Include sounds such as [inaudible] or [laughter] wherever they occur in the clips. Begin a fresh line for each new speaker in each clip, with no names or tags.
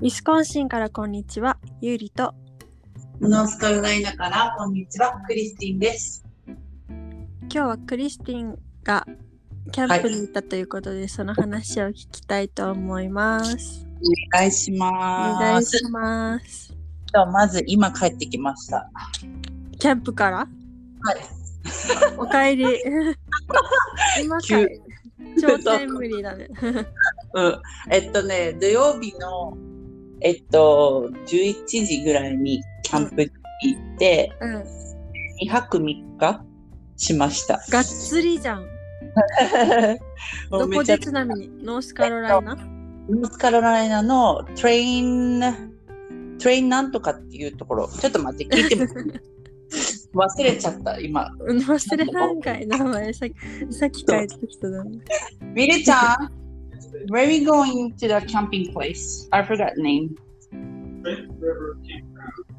ウィスコンシンからこんにちは、ゆうりと。
ノースカロライナからこんにちは、クリスティンです。
今日はクリスティンがキャンプに行ったということで、その話を聞きたいと思います。
お願いし
お
ま
願い
す。
します。
ではまず今帰ってきました。
キャンプから
はい。
おかえり。
[laughs]
今か
急
い。超タイムリーだね。
うん。えっとね、土曜日の、えっと、11時ぐらいにキャンプに行って、
うん。
2泊3日しました。
がっ
[laughs]
つりじゃん。
も
ど
う
こ
めち
で
ゃくち
ちなみにノースカロライナ
ゃノースカロライナのトレイン、トレインなんとかっていうところ、ちょっと待って、聞いても [laughs] 忘れちゃった、今。
うん忘れないんかい名前さっきさっき帰ってきただね。
ミレちゃん Where we going to the camping place? I forgot name.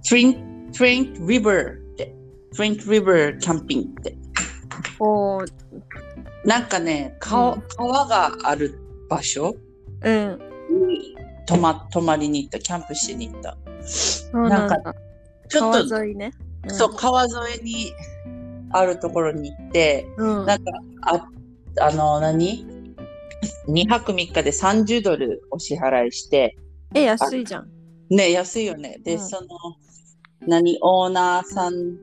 Trent Trent River って。Trent River Camping って。
おー
なんかね、川,、
うん
川がある場所
うん。
に泊ま泊まりに行った、キャンプしに行った。
そうなん
な
だ
ん。ちょっと、
川沿いね。うん
そう、川沿いにあるところに行って、
うん。
なんか、ああの、何 ?2 泊3日で30ドルお支払いして、
え、安いじゃん。
ね、安いよね。で、
うん
その、何、オーナーさん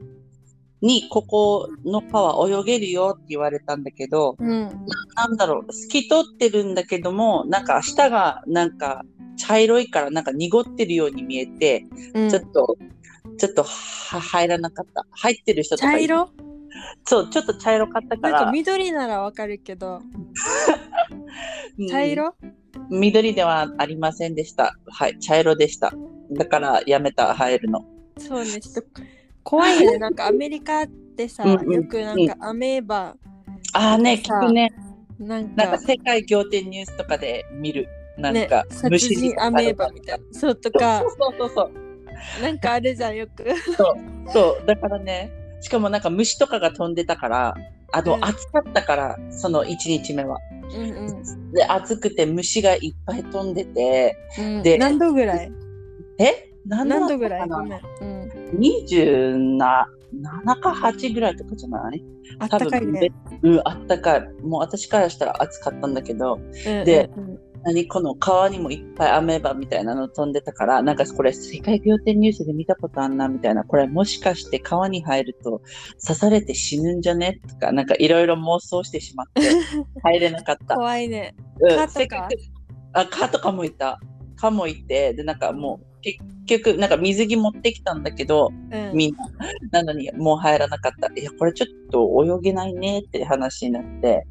に、ここの川泳げるよって言われたんだけど、
うん。
なんだろう、透き通ってるんだけども、なんか下がなんか茶色いから、なんか濁ってるように見えて、
うん
ちょっと、ちょっとは入らなかった。入ってる人とか
茶
い
色
そう、ちょっと茶色かったか、
なんから緑ならわかるけど、
うん
茶色
緑ではありませんでした。はい、茶色でした。だからやめた、入るの。
そうね、ちょっと怖いよね。なんかアメリカってさ、
うんうん
よくなんかアメーバ、
ああね、聞くね。
なん
な
か
んか、世界仰天ニュースとかで見る。なん
ね
か、、
殺人アメーバみたいな。そうとか
そ、うそうそうそう
なんかあるじゃん、よく。
そう。そう、だからね、しかもなんか虫とかが飛んでたから、あ
う
の、
ん
暑かったから、その1日目は。
うんうん
で、暑くて虫がいっぱい飛んでて、
うん。
で
何度ぐらい
え何
何
だ
度
っ
ぐ
た
ら
か
いご
な
めん。うん。
?27 か8ぐらいとかじゃない
あったかいね。
うん、あったかい。もう私からしたら暑かったんだけど、
で
で、何この川にもいっぱいアメーバみたいなの飛んでたからなんかこれ世界仰天ニュースで見たことあんなみたいなこれもしかして川に入ると刺されて死ぬんじゃねとかなんかいろいろ妄想してしまって入れな
[laughs]
かった。
怖いね。
うん
蚊とか
せっくあ蚊とかもいた蚊もいてでなんかもう結局なんか水着持ってきたんだけど
うん。
みんななのにもう入らなかったいやこれちょっと泳げないねって話になって。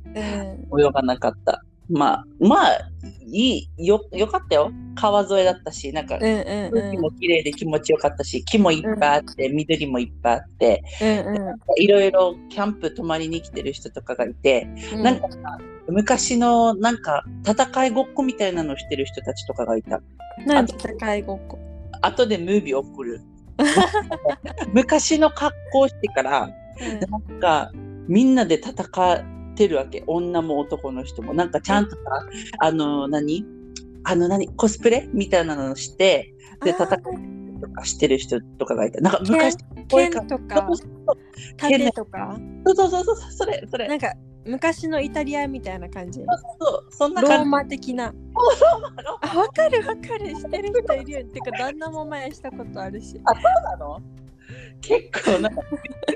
うん
泳がなかった。まあ、まあ、いい、よ、よかったよ。川沿いだったし、なんか、
うんうん
空気
うん
も綺麗で気持ちよかったし、木もいっぱいあって、緑もいっぱいあって、
うんうん
いろいろキャンプ泊まりに来てる人とかがいて、
うん。
なんかさ、昔の、なんか、戦いごっこみたいなのしてる人たちとかがいた。
なんて高いごっこ。
後でムービー
[laughs]
送る。昔の格好してか
う
ら、
ん
なんかみんなで戦ってるわけ女も男の人もなんかちゃんとさあの何あの何コスプレみたいなのしてで戦
あ
とかしてる人とかがいたなんか
剣
昔
ー
こういう
剣とか
そうそう
盾とか
そうそうそうそうそれそれ
なんか昔のイタリアみたいな感じロ
そうそんな
ー
感じ
マ的なあわかるわかるしてる人いるよてか旦那も前したことあるし
なの結構なんか [laughs]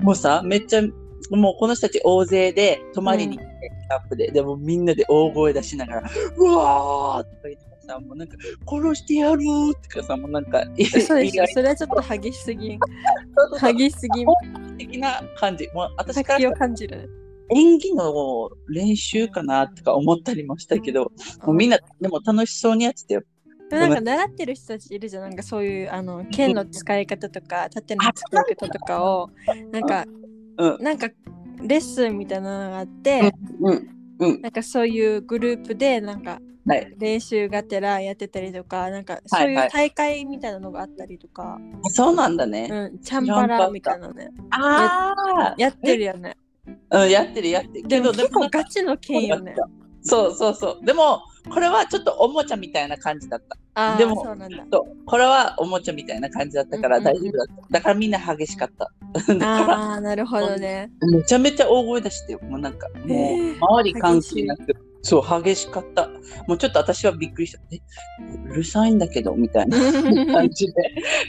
もうさめっちゃもうこの人たち大勢で泊まりに来て、キャンプででもみんなで大声出しながら「うわー!」とか言ってさもうなんか「殺してやる!」とかさもうなんか
そうで
意
しょ
外
それはちょっと激しすぎん
と
激しすぎん
的な感じもう私から
先
した
を
ら
感じる
演技の練習かなとか思ったりもしたけどもうみんなでも楽しそうにやってたよ。
でもなんか習ってる人たちいるじゃんなんかそういうあの剣の使い方とか盾の使い方とかをなんか
うん
なんかレッスンみたいなのがあって、
うん
なんかそういうグループでなんか
はい
練習がてらやってたりとか、なんか
は
そ
いう
い
は
う
い
大会みたいなのがあったりとか、
そうなんだね。
うん、チャンバラみたいなね、
ああ
やってるよね。
うん、やってるやってる
で
け
も
ど
結
でもな
構
んか
ガチの剣よね。
そうそうそうでもこれはちょっとおもちゃみたいな感じだった。
あー
でも
そうなんだ。
そうこれはおもちゃみたいな感じだったから
うんうん
大
うん
丈夫だった。だからみんな激しかった。だから
ああ、なるほどね。
めちゃめちゃ大声出してよ。もうなんか、もう周り関係なく。そう、激しかった。もうちょっと私はびっくりした。えうるさいんだけど、みたいな感じで。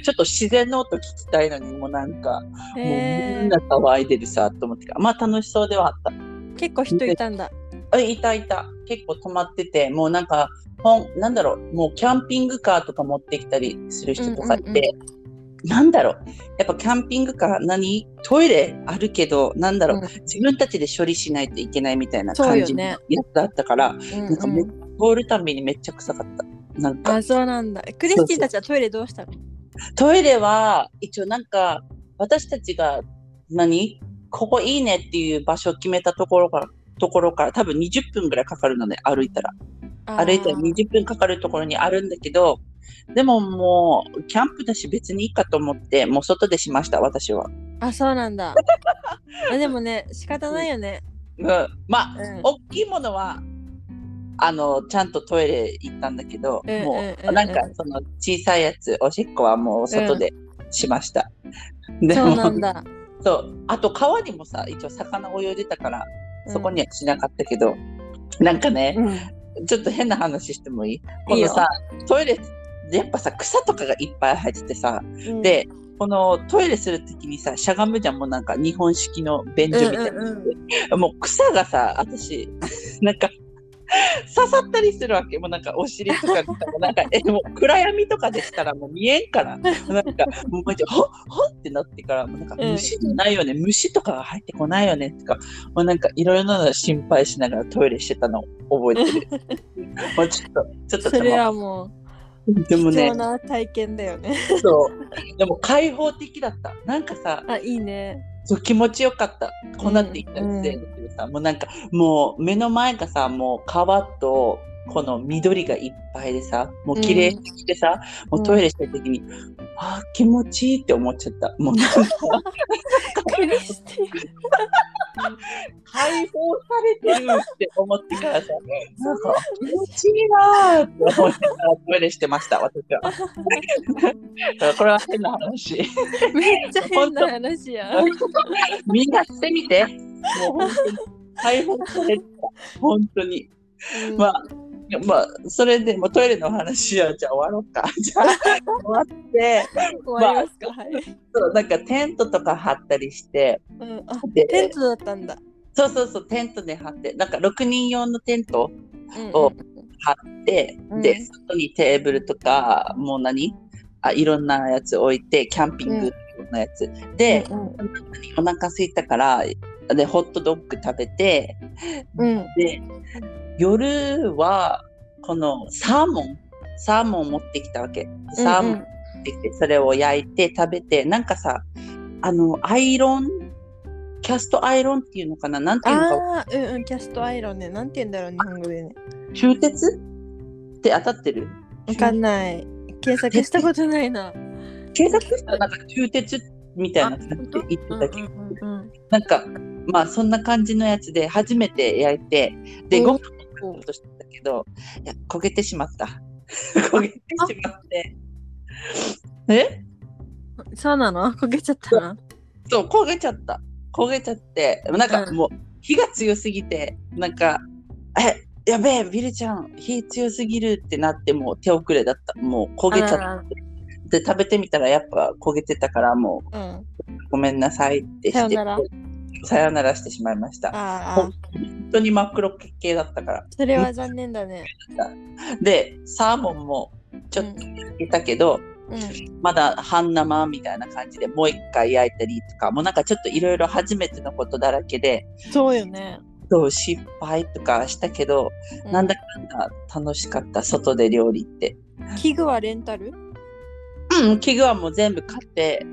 ちょっと自然の音聞きたいのに、もうなんか、もうみん
え
な騒いでるさ、と思って。まあ楽しそうではあった。
ー、結構人いたんだ。
あいたいた。結構泊まってて、もうなんか、ほんなんだろう、もうキャンピングカーとか持ってきたりする人とかいて、
うんうん
なんだろう、やっぱキャンピングカー何、トイレあるけど、なんだろ
う
う、
ん
自分たちで処理しないといけないみたいな
そう
感
よ
じのや
ね
つだったから、
うん
なんかめ
う
っ
ん、
通るたんびにめっちゃ臭かった。なんか
あ、そうなんだ。クリスティンたちはトイレどうしたの
トイレは一応なんか私たちが何ここいいねっていう場所を決めたところからところから多分20分ぐらいかかるので歩いたら
あー
歩いたら20分かかるところにあるんだけどでももうキャンプだし別にいいかと思ってもう外でしました私は、
あ、そうなんだ。あでもね、仕方ないよね。
うん、まあ、
うん
[laughs] 大きいものはあのちゃんとトイレ行ったんだけど、
うん
も
うんうんう
うんなんかその小さいやつおしっこはもう外でしました、 [laughs] で
そうなんだ。
そうあと川にもさ一応魚泳いでたから
うん
[laughs] そこにはしなかったけど、なんかね
うん
ちょっと変な話してもいいこ
いい
の
よ
さトイレやっぱさ草とかがいっぱい生えててさ、
うん
でこのトイレするときにさしゃがむじゃんもうなんか日本式の便所みたいな、
うんうん
もう草がさ私 [laughs] なんか刺さったりするわけもうなんかお尻とかにさなんかえもう暗闇とかでしたらもう見えんからなんかもうマジでほっほっってなってからもうなんか
うん
虫じゃないよね、虫とかが入ってこないよねとかもうなんかいろいろなの心配しながらトイレしてたのを覚
[laughs]
えてるもうちょっとちょっと
それ
でも
はも
で
う
も
貴
ね
重な体験だよね。
そうでも開放的だったなんかさ
[laughs] あ、いいね。
そう気持ちよかった。こうなっていった
うん
せいだけどさ、もうなんかもう目の前がさもう川とこの緑がいっぱいでさもう綺麗すぎてさ、
うん
もうトイレした時に、あー気持ちいいって思っちゃった。もうなんか
クリスティン。
[laughs] 解放されてるって思ってからさ [laughs] なんか気持ちいいなーって思いながらトイレしてました私 [laughs] は。だからこれは変な話。
[laughs] めっちゃ変な話や。
[laughs] みんなしてみて。もう本当に解放されてた。本当に。
うん
まあ、いやまあ、それで、まあ、トイレの話は、じゃあ終わろうか。 [laughs] じゃあ、終わって、
終わりますか。はい。
そうなんかテントとか張ったりして、
うんあ、
で
テントだったんだ。
そうそうそう、テントで張って、なんか6人用のテント
うん
おで、
うん
で、外にテーブルとか、もう何あいろんなやつ置いて、キャンピン
うん
グのやつ。で、
うん
お腹空いたから、で、ホットドッグ食べて、
うん。
で、夜は、このサーモン、サーモン持ってきたわけ。サーモンってきてそれを焼いて食べてなんかさあのアイロンキャストアイロンっていうのかななんていうのか
ああー、うんうん、キャストアイロンね。なんて言うんだろう、日本語でね。
中鉄って当たってる
わかんない。検索したことないな。
検索したらなんか中鉄みたいな感じで言ってたけど、
うん
なんかまあそんな感じのやつで初めて焼いてで
うん
5分焼こうとしてたけどいや焦げてしまった [laughs] 焦げてしまってえ
うんそうなの焦げちゃったな。
そう、焦げちゃった。焦げちゃって、なんか
うん
もう、火が強すぎて、なんか、え、やべえ、ビルちゃん、火強すぎるってなって、もう手遅れだった。もう焦げちゃ
あ
った。で、食べてみたらやっぱ焦げてたから、も
うん。
う、ごめんなさいってして、
さよなら
さよならしてしまいました。
ああ、
本当に真っ黒系だったから。
それは残念だね。
で、サーモンもちょっと焼けたけど、
うん。
まだ半生みたいな感じでもう一回焼いたりとか、もうなんかちょっといろいろ初めてのことだらけで、
そうよね。
そう失敗とかしたけど、
う
なんだかんだ楽しかった外で料理って。
器具はレンタル
うん、器具はもう全部買って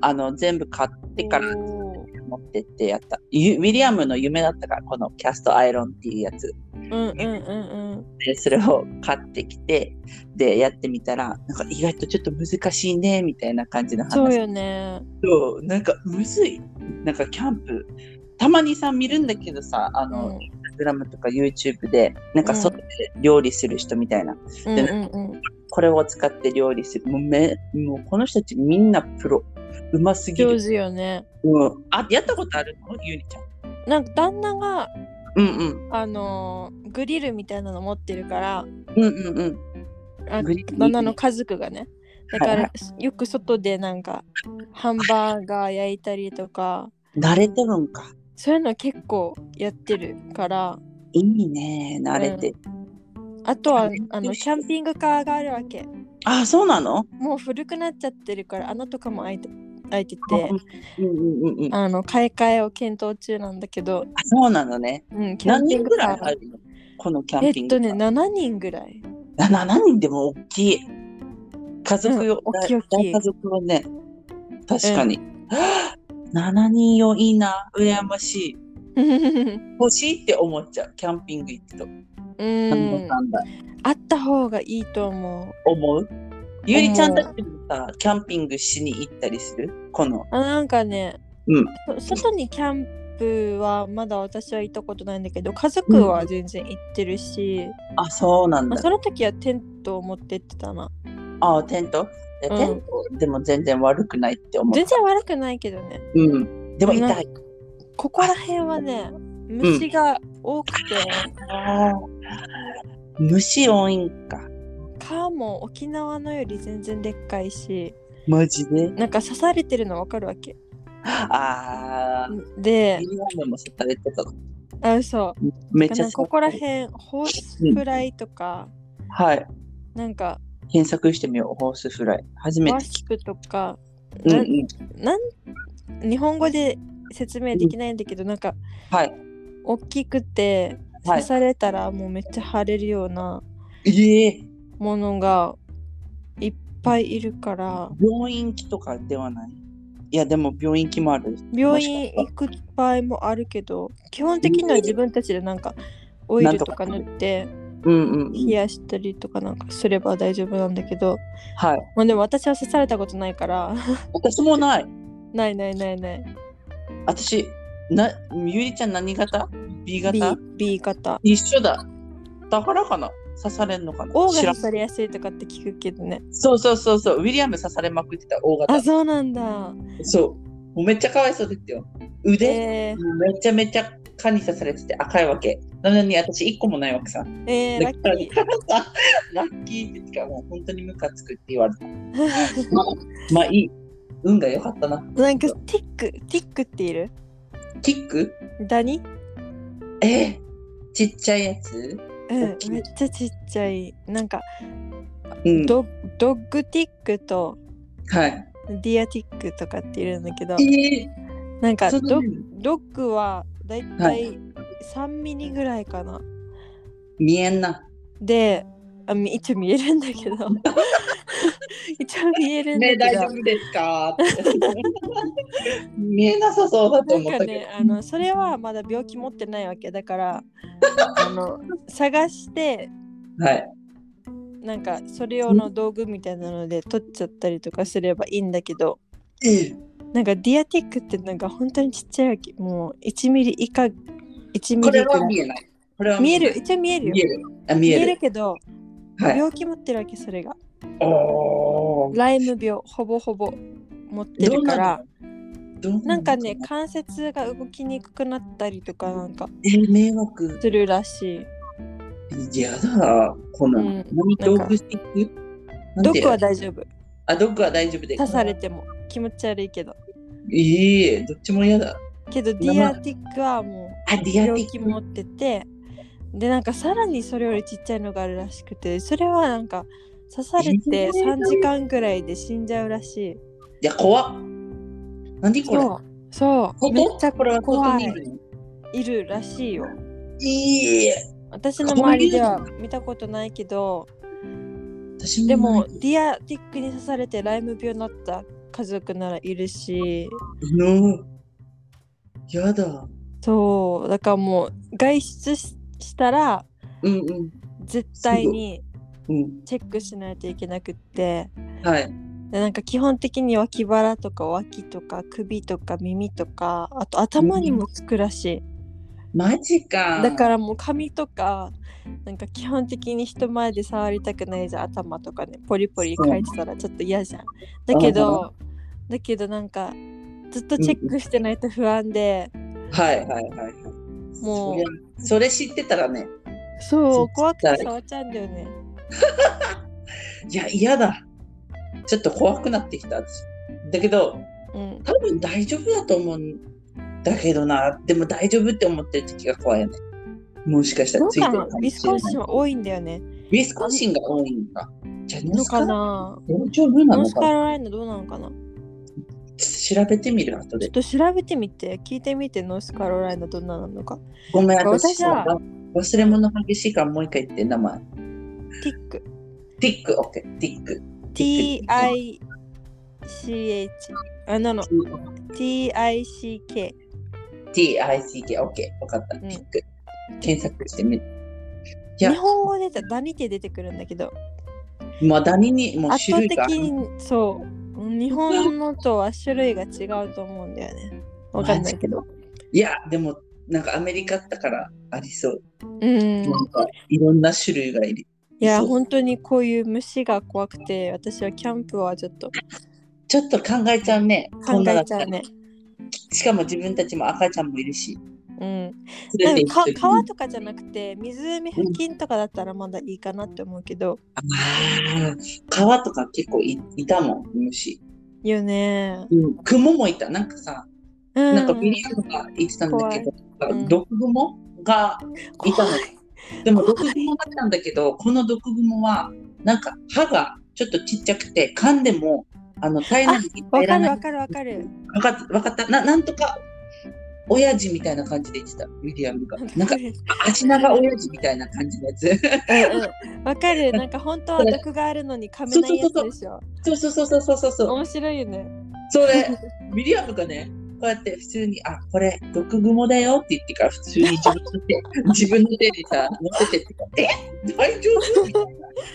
あの全部買ってから
おー
持ってってやったゆウィリアムの夢だったからこのキャストアイロンっていうやつ
うんうんうん
でそれを買ってきてでやってみたらなんか意外とちょっと難しいねみたいな感じの
うん。そう
話
よね。
となんかむずいなんかキャンプたまにさ見るんだけどさあの、
うん
グラムとか YouTube で、なんか外で料理する人みたいな、
うんうんうん、
これを使って料理する。もうめ、もうこの人たちみんなプロ。うますぎ
上
る。
手よね
うん。あ、やったことあるのゆりちゃん。
なんか旦那が
うんうん。
あのーグリルみたいなの持ってるから
うんうんうん。
あ
グリル
旦那の家族がねだか
はい
らよく外でなんかハンバーガー焼いたりとか
慣れてるんか。
そういうの結構やってるから
いいね。慣れて。
あとは
うん
あのキャンピングカーがあるわけ
あ、そうなの
もう古くなっちゃってるから穴とかも開いて開いてて
うんうんうんうん。あ、
あの買い替えを検討中なんだけど、
そうなのね。
うん、キャ
何
ンピン
人
グ
ぐ
カ
らい
ー
あるのこのキャ
え
ンピン
っ
グ
と
カー。
ね7人ぐらい [laughs]
な7人でも大きい。家族用、
うん大きい大きい
大家族用ね。確かに。7人用いいな。羨ましい。
うん
欲しいって思っちゃう。キャンピング行くと。なんだかんだ。
あった方がいいと思う
思うゆりちゃんたちもさ、キャンピングしに行ったりするこの。
あなんかね、
うん
そ外にキャンプはまだ私は行ったことないんだけど家族は全然行ってるし、
あ、そうなん
まあ、
だ。
その時はテントを持ってってたな
あ、テントえ
うん
テント、でも全然悪くないって思う
全。然悪くないけどね
うん。でも痛い。
ここら辺はね虫が多くて、
あー虫多いんか。
川も沖縄のより全然でっかいし
マジで。
なんか刺されてるの分かるわけ
ああ。
で
ユリアンも刺されてたの。
あそ
めっ
う
ちゃ
なんか
刺さ
ここら辺ホースフライとか、
はい。
なんか
検索してみよう。ホースフライ。初め
ワ
て。
シプとか、
うん
な
うん。
なん日本語で説明できないんだけど、なんか
はい。
大きくて
は。
刺されたらもうめっちゃ腫れるようない
ええ
ものがいっぱいいるから
病院行きとかではない。いや、でも病院行きもある。
病院行く場合もあるけど基本的には自分たちでなんかオイルとか塗って
うんうんうん。
冷やしたりとかなんかすれば大丈夫なんだけど、
はい。
まあ、でも私は刺されたことないから [laughs]
私もない。
ないないないない
私、な、ゆりちゃん何型 ?B 型
B, B 型
一緒だ。だからかな刺されんのかな
O が
知
刺
らん
されやすいとかって聞くけどね
そうそうそうそう。ウィリアム刺されまくってた、大
あ
型。
そうなんだ
そう。もうめっちゃかわいそうですよ。腕、
え
もうめちゃめちゃ蚊に刺されてて赤いわけ。なのに私一個もないわけさ。
ー、えー、ラ
だ
ッ
から
キ
ラッキーって言ってからもう本当にムカつくって言われた。
ー
まあ、まあいい。運が良かったな。
[laughs] なんかティックティックっている
キック
ダニ
えーちっちゃいやつ
うん
大きい
めっちゃちっちゃいなんか
うん。
ドドッグティックと
はい。
ディアティックとかっているんだけど
えー
なんか
そ
ド
の
ドッグはだいたい3ミリぐらいかな、
見えんな。
であみ一応見えるんだ
[laughs]
けど一応見えるんだ
目
け
大
ど
丈夫ですかって [laughs] 見えなさそうだと思
な
っ
んか
たけ
ねあのそれはまだ病気持ってないわけだから
[laughs]
あの探して
ど。はい。
なんかそれ用の道具みたいなので取っちゃったりとかすればいいんだけど
え
なんかディアティックってなんか本当にちっちゃいわけもう1ミリ以下1ミ
こ
リぐ
れ
ら
はい見えない。これは
見え
ない
る。一応見えるよ
見える。あ、見
見
え
え
る。
るけど
はい。
病気持ってるわけそれが
おー
ライム病ほぼほぼ持ってるから
どうなの
なんかね、関節が動きにくくなったりとかなんか
えー、迷惑。
するらしい。
嫌だ。この、
うん
何
なん
ド
か
ッグスティック
ドッグは
大丈
大丈夫。
夫。あ、ドッグは大丈夫で。
刺されても気持ち悪いけど。
いいどっちも嫌だ。
けどディアティックはも
あ、デ
う
ィアテ
病
ィッ
気
ク。
持っててでなんかさらにそれよりちっちゃいのがあるらしくてそれはなんか刺されて
えー
3時間ぐらいで死んじゃうらしい。
いや、怖っ。何これ
そうそう
外
めっちゃ
これは
怖
外に
い
いるの
いるらしいよ。
いい
私の周りでは見たことないけど
私
で
も
も
ない、
ディアティックに刺されてライム病になった家族ならいるし
うん。やだ。
そうだからもう外出ししたら
うんうん。
絶対に
うん。
チェックしないといけなくって
はい。
でなんか基本的に脇腹とか脇とか首とか耳とかあと頭にもつくらしい、
マジか。
だからもう髪とかなんか基本的に人前で触りたくないじゃん頭とかねポリポリ書いてたらちょっと嫌じゃんだけどだけどなんかずっとチェックしてないと不安で、
はいはいはいはい。
もう
そりゃそれ知ってたらね。
そう怖く
だ
て
い
触っちゃうんだよね
いや、嫌だ。ちょっと怖くなってきた。私だけど、
うん
多分大丈夫だと思うんだけどな。でも大丈夫って思ってる時が怖いよね。もしかした
ど
ら
う
ついて
か
る
な
か
ウィ
も
ス
し
コ
れ
ンシ
ない
ンは多いんだよね
ウィスコンシンが多いんだ。じゃあ、ノ
の
ースカ
か
ロラ
な
大丈夫な
ノー
の
ス
か
カ
な
ロライナどうなのかな
調べてみる、後
ちょっ
で。
と調べてみて聞いてみてノースカロライナどんななのか
ごめん、
私
私
は
さ、忘れ物激しいからもう一回言って、名前。
ティック
ティック、オッケー、ティック。
TICH あなの TICK
TICK、オッケー、わかった。
ん
ティック。検索してみる。いや
日本語で言ったらダニって出てくるんだけど
まあ、ダニにもう
圧倒
種類
的
がある。
にそう日本のとは種類が違うと思うんだよねわかんないけど
いや、でも、なんかアメリカだからありそう。
うん
なんか、いろんな種類がいる。
いや
そう
本当にこういう虫が怖くて私はキャンプはちょっと
ちょっと考えちゃうね。こ
考
んなだ
え
っ
ち
た
ゃ
ら
うね
しかも自分たちも赤ちゃんもいるし。
うん
連れて行
か
く時に
川とかじゃなくて湖付近とかだったらまだいいかなって思うけど
あー川とか結構いいたもん、虫。
いいよね
うん、雲もいた。なんかさ、
うん
なんかビリヤードが言ってたんだけど、
いうん
毒蜘蛛がいたの
怖。
でも毒蜘蛛だったんだけど、この毒蜘蛛は、なんか歯がちょっとちっちゃくて、噛んでも、あの、体内に
わか
入
らる
ない
わ。かるわかる。
わかった、わかった。な、なんとか、親父みたいな感じで言ってた、ウィリ
[laughs]
アムが。なんか、足長親父みたいな感じのやつ。
うんうんわかる。なんか本当は毒があるのに噛めないやつでしょ。
そうそうそうそうそうそうそう。
面白いよね。
それ、ウィリアムがね、こうやって普通に、あ、これ、毒蜘蛛だよって言ってから、普通に自分の
[laughs]
手、自分の手にさ、持ってて、え大丈夫みたいな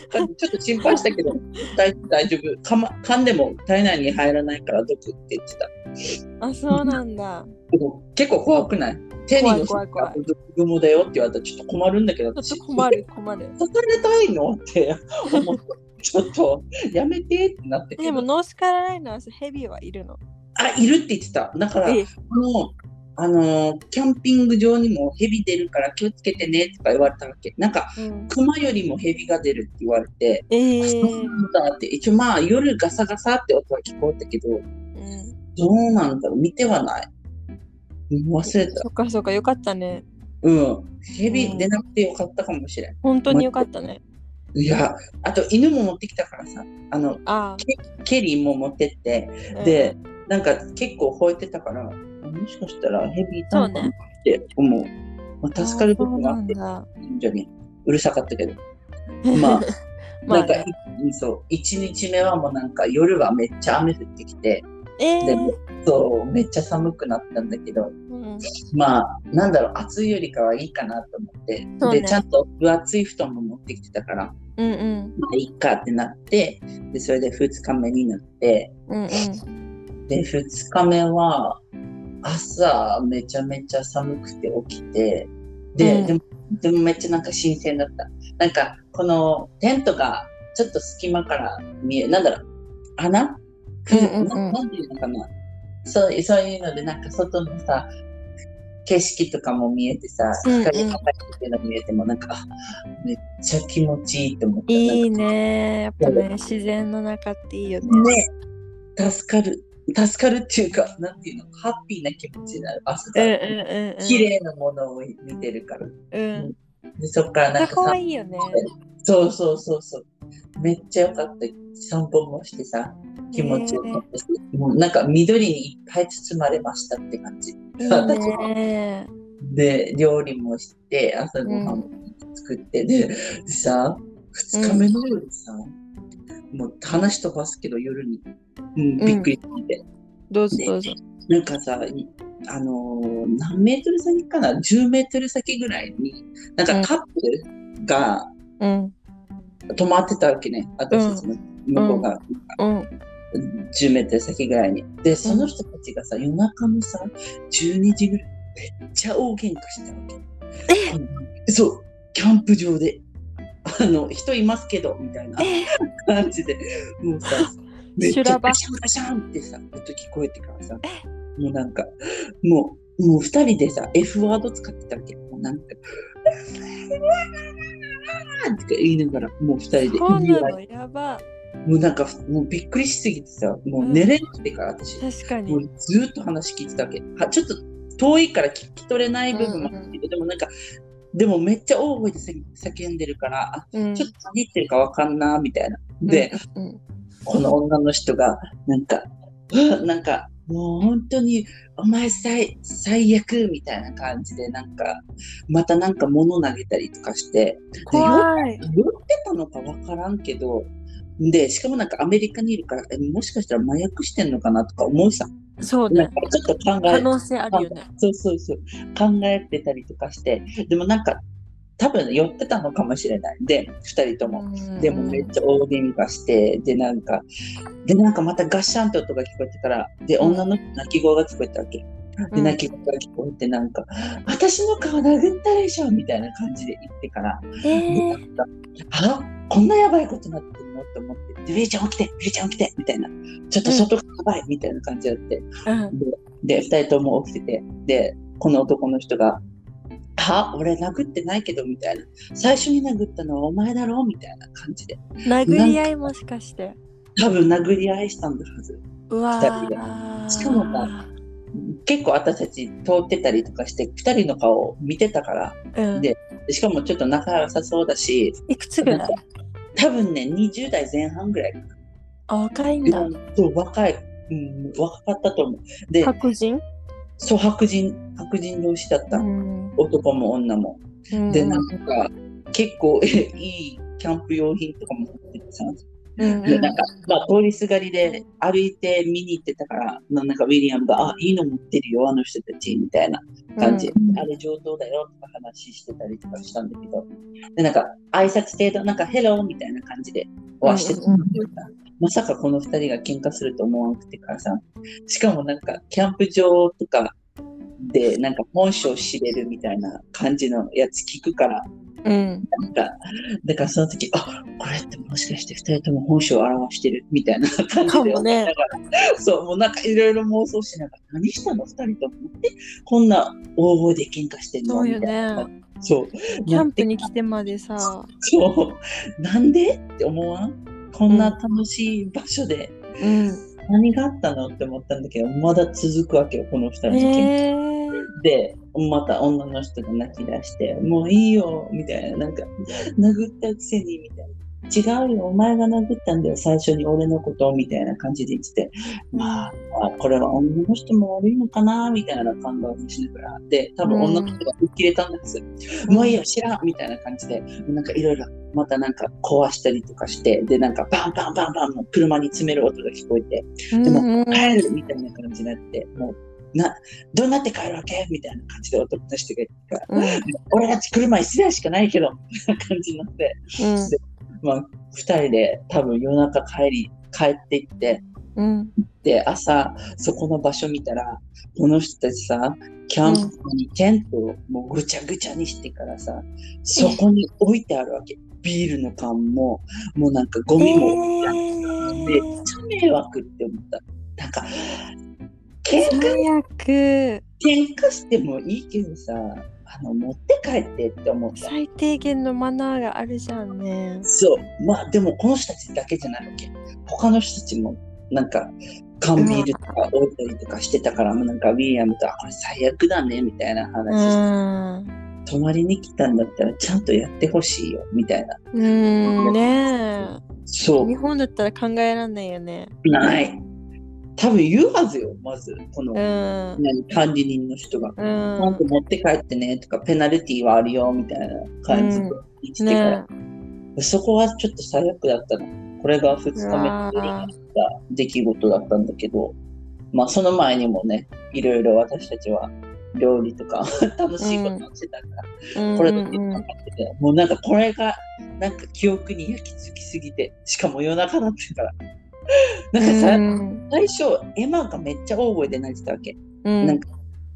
感じ。ちょっと心配したけど、大大丈夫噛、ま。噛んでも体内に入らないから毒って言ってた。
あ、そうなんだ。
でも結構怖くない手にのせ
怖い怖い怖
毒蜘蛛だよって言われたらちょっと困るんだけど、
ちょっと困
[laughs]
る困る。
刺されたいのって思った。ちょっとやめてってなって
でもノースカロライナーズヘビはいるの。
あいるって言ってただから
ええ
このあのーキャンピング場にもヘビ出るから気をつけてねとか言われたわけなんか
うん
クマよりもヘビが出るって言われて、
え
あ
ー
そうなんだって一応まあ夜ガサガサって音は聞こえたけど
うん
どうなんだろう見てはないもう忘れた
そっかそっかよかったね。
うんヘ
う
ビ
ん
出なくてよかったかもしれん、
本当によかったね。
いやあと犬も持ってきたからさあの
あ
ケリーも持ってって
ー、
で、なんか結構吠えてたから、あもしかしたらヘビいたのかなって思う。ま
う
あ、
ん
助かる部
あーそう
分が
な
あっ
ん
て、
だ。
近所にうるさかったけど。まあ
[laughs] まあ
なんか、
ね
うんそう、1日目はもうなんか夜はめっちゃ雨降ってきて、
え
で
ー
そう、めっちゃ寒くなったんだけど、
うん
まあ、なんだろう、暑いよりかはいいかなと思って、
そうね
で、ちゃんと分厚い布団も持ってきてたから、ま
うんうん
あ、いいかってなって、で、それで2日目になって、
うんうん。
で2日目は朝めちゃめちゃ寒くて起きてで、
うん
でもでもめっちゃなんか新鮮だったなんかこのテントがちょっと隙間から見えなんだろう穴く
うんうんうん
ななんていうのかなそうそういうのでなんか外のさ景色とかも見えてさ
うんうん
光が入ってるの見えてもなんかあめっちゃ気持ちいいと思った
いいね。やっぱね、自然の中っていいよね。
ね、助かる、助かるっていうか、なんていうの、ハッピーな気持ちになる。朝
う
か
んう
ら
んうんうん。
綺麗なものを見てるから。
うん。
でそっからなんか
そこは
さ、
いいよね。
そうそうそうそう。めっちゃ良かった。散歩もしてさ、気持ちよかったし、もうなんか緑にいっぱい包まれましたって感じ。
いいね。
[laughs] で、料理もして、朝ごはんも作って、で、でさ、2日目の夜さ、もう話飛ばすけど夜に、うん、びっくりして。
どうぞどうぞ。
なんかさ、いあのー何メートル先かな ?10 メートル先ぐらいに、なん
うん
かカップルが
うん。
止まってたわけね。私たちの向こうが
うん。
10メートル先ぐらいに。で、その人たちがさ、夜中のさ、12時ぐらいめっちゃ大喧嘩したわけ。あのそう、キャンプ場で、あの、人いますけど、みたいな
え
感じで、も
[laughs]
うさ、めっち
修羅
ゃ
場
バシャンバシャンってさ、音聞こえてからさ、もうなんか、もう、もう二人でさ、F ワード使ってたわけ。もうなんか、 [laughs] とか言いながら、もう二人で
そう
言い合
ないのやば
もうなんか、もうびっくりしすぎてさ、もう寝れなくてから、私。
確か
も
に
うずーっと話聞いてたわけはちょっと遠いから聞き取れない部分もあるけど、でもなんかでもめっちゃ大声で叫んでるからあ
うん
ちょっと何言ってるかわかんなみたいなで、
うんうん
この女の人がなんかうんなんかもう本当にお前最最悪みたいな感じでなんかまたなんか物投げたりとかして
怖い
酔ってたのかわからんけどでしかもなんかアメリカにいるからえもしかしたら麻薬してんのかなとか思うさ
そうね
なんかちょっと考
可
え
能性あるよね
そうそうそう。考えてたりとかして、でもなんか、多分寄ってたのかもしれない。で、二人とも。でもめっちゃ大喧嘩して、で、なんか、で、なんかまたガッシャンって音が聞こえてから、で、
うん
女の泣き声が聞こえたわけ。
う
で、
ん
泣き声が聞こえて、なんか、私の顔殴ったでしょみたいな感じで言ってから、
え
で
ー
なんかあこんなやばいことなってるのって思って、で、ゆりちゃん起きて、ゆりちゃん起きてみたいな。ちょっと外がやばいみたいな感じだって。
うん
で、二人とも起きてて、で、この男の人が、は俺殴ってないけど、みたいな。最初に殴ったのはお前だろみたいな感じで。
殴り合いもしかして
多分殴り合いしたんだはず。
うわ
二人
ー
しかもさ結構私たち通ってたりとかして、二人の顔を見てたから。
うん
ででしかもちょっと仲良さそうだし、
いくつぐらい
多分ね、20代前半ぐらい。
あ若いんだ
そう、若い。うん、若かったと思う。で、
白人
そう、白人、白人同士だった。
うん
男も女も。
うん
で、なんか、結構 [laughs] いいキャンプ用品とかも持っててさ、
うん
でなんか、まあ、通りすがりで歩いて見に行ってたから、ななんかウィリアムが、あ、いいの持ってるよ、あの人たち、みたいな感じ。あれ上等だよ、とか話してたりとかしたんだけど、で、なんか、挨拶程度、なんか、ヘローみたいな感じではしてたんだけどさまさかこの二人が喧嘩すると思わなくてからさ、しかもなんか、キャンプ場とか、で、なんか本性知れるみたいな感じのやつ聞くから、
うん
なんか、だからその時、あこれってもしかして二人とも本性を表してるみたいな感じ
か
で
もね
そう、もうなんかいろいろ妄想しながら、何したの二人ともって、こんな大声で喧嘩してん
そ
の
う
み
よ
たいな。
ね
そう。
キャンプ
なって
に来てまでさ
そう。なんでって思わんこんな楽しい場所で
うん
何があったのって思ったんだけど、まだ続くわけよ、この二人の喧嘩。
えー
で、また女の人が泣き出して、もういいよ、みたいな、なんか、殴ったくせに、みたいな。違うよ、お前が殴ったんだよ、最初に俺のことを、みたいな感じで言ってて、まあ、まあこれは女の人も悪いのかな、みたいな感動しながら、で、多分女の人が吹っ切れたんです。もういいよ、知らん、みたいな感じで、なんかいろいろ、またなんか壊したりとかして、で、なんかバンバンバンバン、もう車に詰める音が聞こえて、
うん
でも
うん
帰るみたいな感じになって、もう、な、どうなって帰るわけみたいな感じで男の人が言ってか
う
ら、
ん
俺たち車にすりゃしかないけど、みたいな感じになって、まあ、二人で多分夜中帰り、帰っていって、
うん
で、朝、そこの場所見たら、この人たちさ、キャンプにテントをもうぐちゃぐちゃにしてからさ、そこに置いてあるわけ。ビールの缶も、もうなんかゴ
え
ミも、めっ
ー
ちゃ迷惑って思った。なんか、喧嘩
最悪
喧嘩してもいいけどさあの持って帰ってって思った
最低限のマナーがあるじゃんね
そうまあでもこの人たちだけじゃないわけ他の人たちもなんか缶ビールとか置いたりとかしてたからもうなんかウィリアムと「あこれ最悪だね」みたいな
う
話し
ん
て、泊まりに来たんだったらちゃんとやってほしいよみたいな
うんね
そ
え日本だったら考えられないよね
うない多分言うはずよまずこの、
うん
何管理人の人が。
う
ちゃん
ん
と持って帰ってねとかペナルティーはあるよみたいな感じで言ってから、
ね
そこはちょっと最悪だったの。これが2日目
うわ
にあっ
ー
た出来事だったんだけど、まあその前にもね、いろいろ私たちは料理とか [laughs] 楽しいことをしてたから、
えうん
これ
う
だ
ん
け
うん
分かってて、もうなんかこれがなんか記憶に焼き付きすぎて、しかも夜中だったから。なんかさ、
うん
最初、エマがめっちゃ大声で泣いてたわけ。
うん
なんか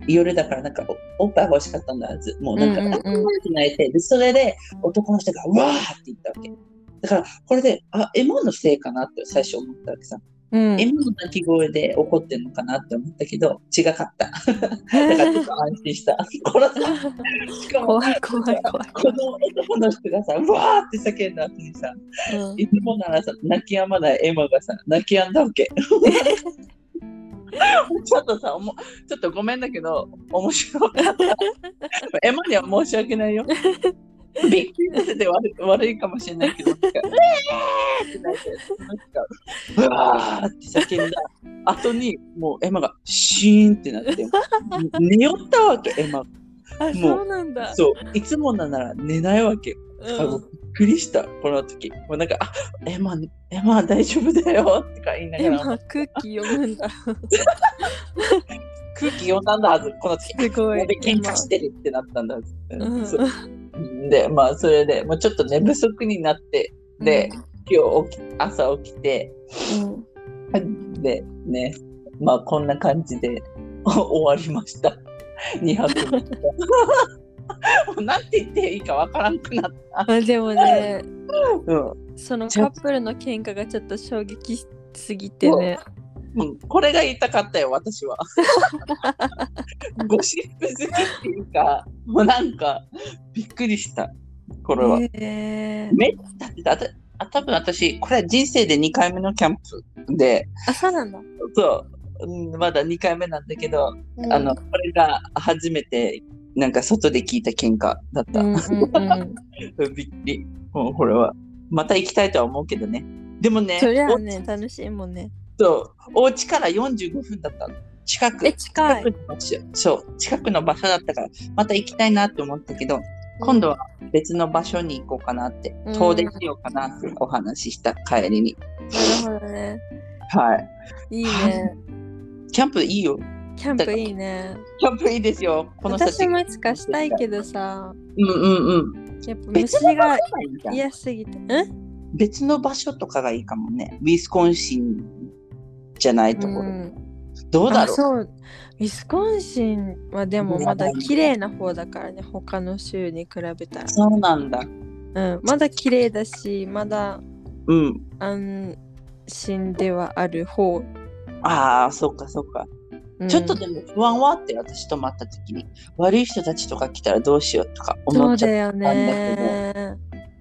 夜だからなんかおおっぱい欲しかったんだはずもうなんか、
うんうんうん
あーって泣いてでそれで男の人がわーって言ったわけだからこれであエモのせいかなって最初思ったわけさ、
うん
エモの鳴き声で怒ってんのかなって思ったけど
[laughs]
違かっただからちょっと安心した殺さしかも
怖い怖い怖い。
この男の人がさわーって叫んだ後にさ
うん
いつもならさ、泣き止まないエマがさ、泣き止んだわけ。ちょっとさ、おもちょっとごめんだけど、面白かった。エマには申し訳ないよ。びっくりさせて悪い悪いかもしれないけど、なんか、うえーってなって、なんか、うわーって叫んだ。後に、もうエマがシーンってなって、寝よったわけ、エマ。
あ、
もう
そうなんだ。
そう、いつもなら寝ないわけ。
う
あ
ん
のびっくりした、この時。もうなんか、あエマ、エマ大丈夫だよとか言いなが
今
ら、
空気読むん
[laughs]
だ。
空気読んだんだはず、この時。
すごい。
で、喧嘩してるってなったんだはず。
今うん
そうで、まあ、それでもうちょっと寝不足になって、で、今日起き朝起きて、
うん
で、ね、まあ、こんな感じで [laughs] 終わりました。2泊3日。
[laughs]
もうなんて言っていいかわからんくなった。
あでもね、
うん
その
ちょ
カップルの喧嘩がちょっと衝撃すぎてね。
うん、これが言いたかったよ、
[laughs]
私は。ゴシップ好きっていうか、もうなんか、びっくりした、これは。
え
めだってあたあ多分私、これは人生で2回目のキャンプで、
あ、そうなんだ。
そう、うんまだ2回目なんだけど、
うん
あの、これが初めて、なんか外で聞いた喧嘩だっ
う
た。
んうん [laughs] うん。
びっくり。もうこれは。また行きたいとは思うけどね。でもね、
そりゃあね、楽しいもんね。
おそうお家から45分だったの近く
え、。近い
近。くの場所そう近くの場所だったからまた行きたいなと思ったけど今度は別の場所に行こうかなって
うん
遠出しようかなってお話しした帰りに、
なるほどね。
はい
いいね。
キャンプいいよ
キャンプいいね。
キャンプいいですよこの人たち
私もいつかしたいけどさ、
うんうんうん
やっぱ虫
別の場所
が
がいいじゃん
嫌すぎて。ん
別の場所とかがいいかもねウィスコンシンじゃないところ、
ん、
どうだろ
あ
う
そうウィスコンシンはでもまだ綺麗な方だからね他の州に比べた
そうなんだ
ら、うん、まだ綺麗だしまだ
うん
安心ではある方、
ああそうかそうか
うん
ちょっとでも不安はあって私泊まった時に悪い人たちとか来たらどうしようとか
そ
思っ
う
ち
だ
ゃう
よね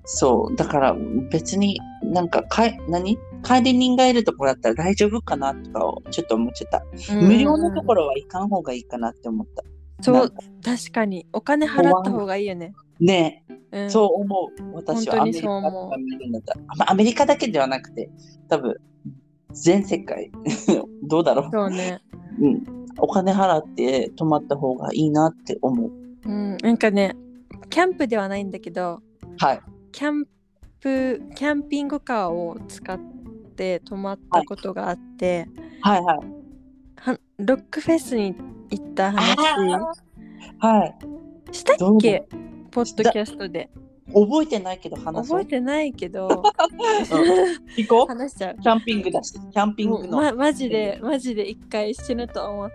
そうだから別になんかかい何管理人がいるところだったら大丈夫かなとかをちょっと思っちゃった、無料のとこ
ろ
ろは行かん方がいいかなって思った
そう確かにお金払った方がいいよね、
ねえ、
うん、
そう思う私はア
本当に
メリカ
そう
と
思う
か見るんだったら、まあアメリカだけではなくて多分全世界 [laughs] どうだろう
そうね
う、ん、お金払って泊まった方がいいなって思う
うん、なんかねキャンプではないんだけど
はい
キャンプキャンピングカーを使って泊まったことがあって、
はいはい
はロックフェスに行った話
あはい
したっ
どう
けポッドキャストで
覚えてないけど話そ
覚
う
えてないけ
[laughs]
ど
行こう
話しちゃ [laughs] う
キャンピングだしキャンピン
も
グ
う
の、
ま、マジでマジで一回死ぬと思っ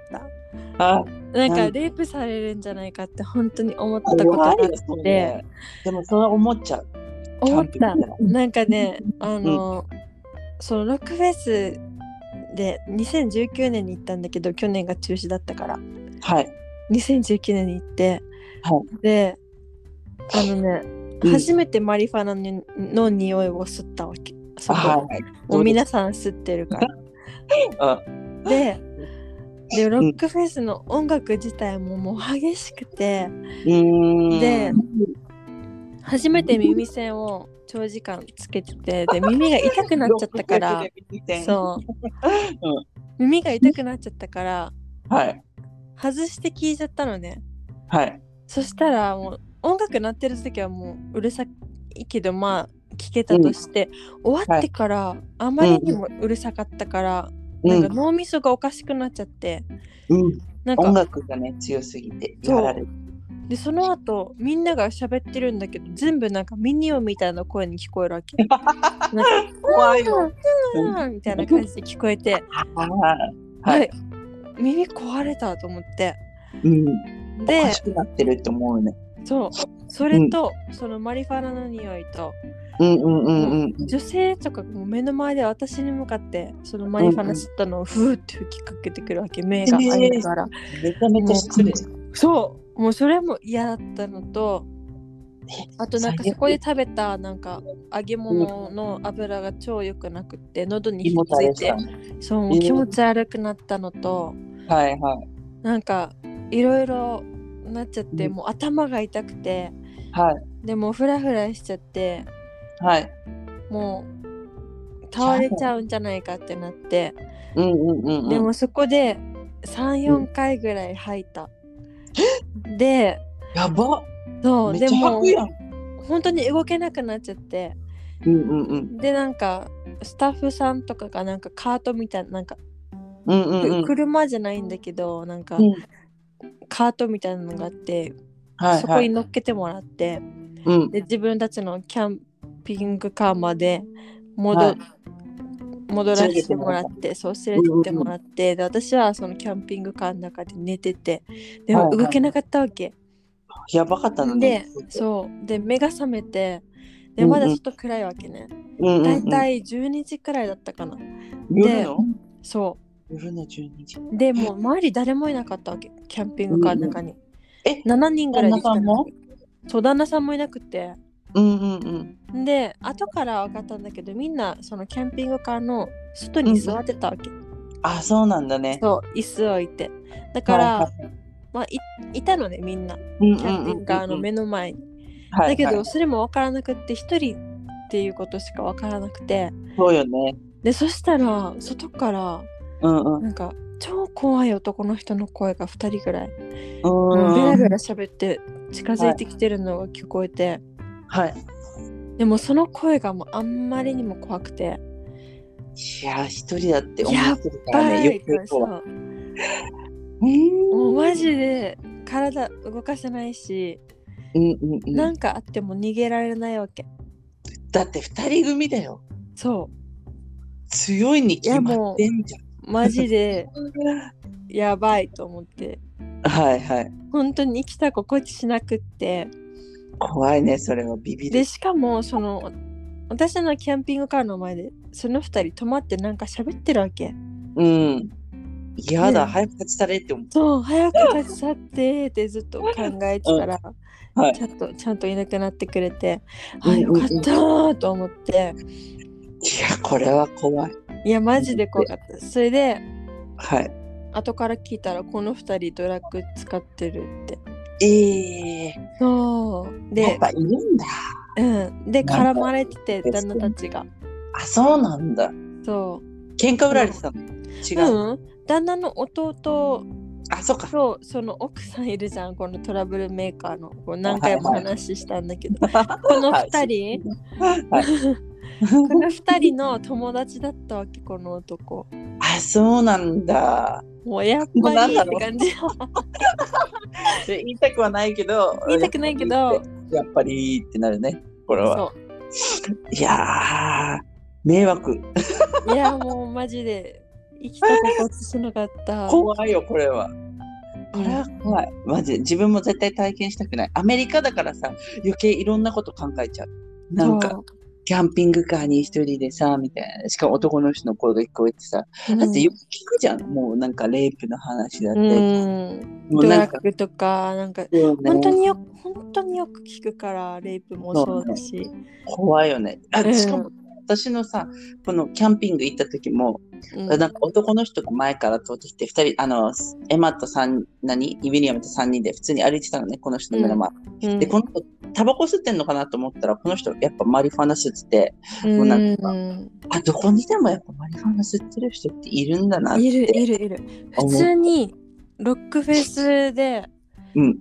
た
はい
なん
な
か
ん
レイプされるんじゃないかって本当に思ったことがあっ
怖いですよ
て
ねでもそれは思っちゃう。
思った
キャンプ
なんかねあの、そのロックフェスで2019年に行ったんだけど去年が中止だったから
はい。
2019年に行って、
は
であのね、
うん
初めてマリファナのの匂いを吸ったわけそこ、
はい。
もう皆さん吸ってるから
あ
ででロックフェスの音楽自体ももう激しくて
うーん。
で初めて耳栓を長時間つけててで耳が痛くなっちゃったか
[laughs]
ら
そう。
そう、耳が痛くなっちゃったから
はい。
外して聞いちゃったのね
はい。
そしたらもう音楽鳴ってる時はもううるさいけどまあ聞けたとして、終わってからあまりにもうるさかったから、
う
なん
ん
か。脳みそがおかしくなっちゃって、
うん
なん
音
か
楽がね、強すぎて、やられる。
でその後みんなが喋ってるんだけど全部なんかミニオンみたいな声に聞こえる
[laughs]
わけなんか
怖いよ。
うんうんうんみたいな感じで聞こえて
はい。
は
はい
い、耳壊れたと思って
うん、おか
で
しくなってるって思うよね。
そうそれと、そのマリファナの匂いと
うんうんうんうん。
女性とかもう目の前で私に向かってそのマリファナ吸ったのをふーって吹きかけてくるわけ目が
えー
ありながら、
めちゃめちゃ失礼。
そうもうそれも嫌だったのと
え
あとなんか
最
そ
悪
こで食べたなんか揚げ物の油が超良くなくって喉に
胃
ひ
も
ったつ
れ
い
して
て
た
そうもう気持ち悪くなったのと
はいはい
なんかいろいろなっちゃって
うん
もう頭が痛くて
はい
でもうフラフラしちゃって
はい。
もう倒れちゃうんじゃないかってなって
うんうんうんうん。
でもそこで34回ぐらい吐いた。で
やば
そう
めっ
で
ちゃ
も
吐くやん。
本当に動けなくなっちゃって
うんうんうん。
でなんかスタッフさんとかがなんかカートみたいななんか、
うんうんうん。
車じゃないんだけどなんか
うん
カートみたいなのがあって、
はい
そこ
は
に
い。
乗っけてもらって
うん
で自分たちのキャンピングカーまで戻,、
はい
戻らせてもらってそう連れてってもらってで私はそのキャンピングカーの中で寝ててでも
はいはい
動けなかったわけ、
やばかったの
で
ね。
そうで目が覚めて
う
で
んうん
まだちょっと暗いわけね、
うんうんう
だい
ん。
たい12時くらいだったかな
夜の
そ
夜の12時。
うでもう周り誰もいなかったわけキャンピングカーの中に、
え
7人ぐらいで来た
旦那さん
のそう旦那さんもいなくて
うんうんうん。
で後から分かったんだけどみんなそのキャンピングカーの外に座ってたわけ、
あ、そうなんだね。
そう椅子置いてだから、
はい
まあいいたのねみんな
キ
キャンピングカーの目の前に、
だ
だけどそれも分からなくって一人っていうことしか分からなくて
そうよね。
でそしたら外から
うんうん。
なんか超怖い男の人の声が2人ぐらいもうベラ
う
ベ
ん。
ラ喋って近づいてきてるのが聞こえて、
はい。
でもその声がもうあんまりにも怖くて
いや、一人だって思ってるからね、
バー
よ
イ
く
そ
こ
う
う。
もう
う
マジで体動かせないし、
んうんう。
なんんかあっても逃げられないわけ
だって二人組だよ。
そ
強いに決まってんじゃん。
うマジ
[laughs]
でやばいと思って
はいはい。
本当に生きた心地しなくって
怖いね、それはビビ
で
る。
しかもその私のキャンピングカーの前でその2人止まってなんか喋ってるわけ
うん。嫌だ、
ね
早く立ち去れって思う。
そう早く立ち去ってってずっと考えてたら、
はい
ちゃんとちゃんといなくなってくれて、
うん
あよかったーと思って
いや、これは怖い。
いやマジで怖かったそれで
はい。
後から聞いたらこの2人ドラッグ使ってるって
ええ
そう
や
で
っ、ぱいるんだ。
うん、で
なんか
絡まれてて
別
旦
に
那たちが
あ、そうなんだ。
そう
喧嘩売られてたの。違う。
うん旦那の弟
あ、そうか。
とその奥さんいるじゃんこのトラブルメーカーのこう何回も話したんだけどこの2人 [laughs]
はい。
この2人の友達だったわけこの男
あ、そうなんだ。
もうやっ
もう
ぱ
なん
りっ
だ
て
ろう
感じ
それ言いたくはないけど。
言いたくないけど
やっぱりってなるね。これは。
そ
いやー、迷惑。
ういやもうマジで生きた心地しなかった
怖いよ、これは。これは怖い。マジで。自分も絶対体験したくない。アメリカだからさ、余計いろんなこと考えちゃう。な
そ
んか、
う
キャンピングカーに一人でさ、みたいな。しかも男の人の声が聞こえてさ。だってよく聞くじゃん。もうなんか、レイプの話だっ
う
て。
ん、うん
もう
ド
なん
ラ
か
ッ、グとかなんか
そうね
本当によく本当によく聞くからレイプもそうだし
怖いよね。あ
うん
しかも私のさ、このキャンピング行った時も、
うん
なんか男の人が前から通ってきて、二人、あの、エマと三、何ウィリアムと三人で普通に歩いてたのね、この人の目の前。
うん
で、この人、タバコ吸ってんのかなと思ったら、この人、やっぱマリファナ吸ってて、もうなんか
うん
あ、どこにでもやっぱマリファナ吸ってる人っているんだなって。
いるいるいる
思
普
う
通にロックフェスで
うん。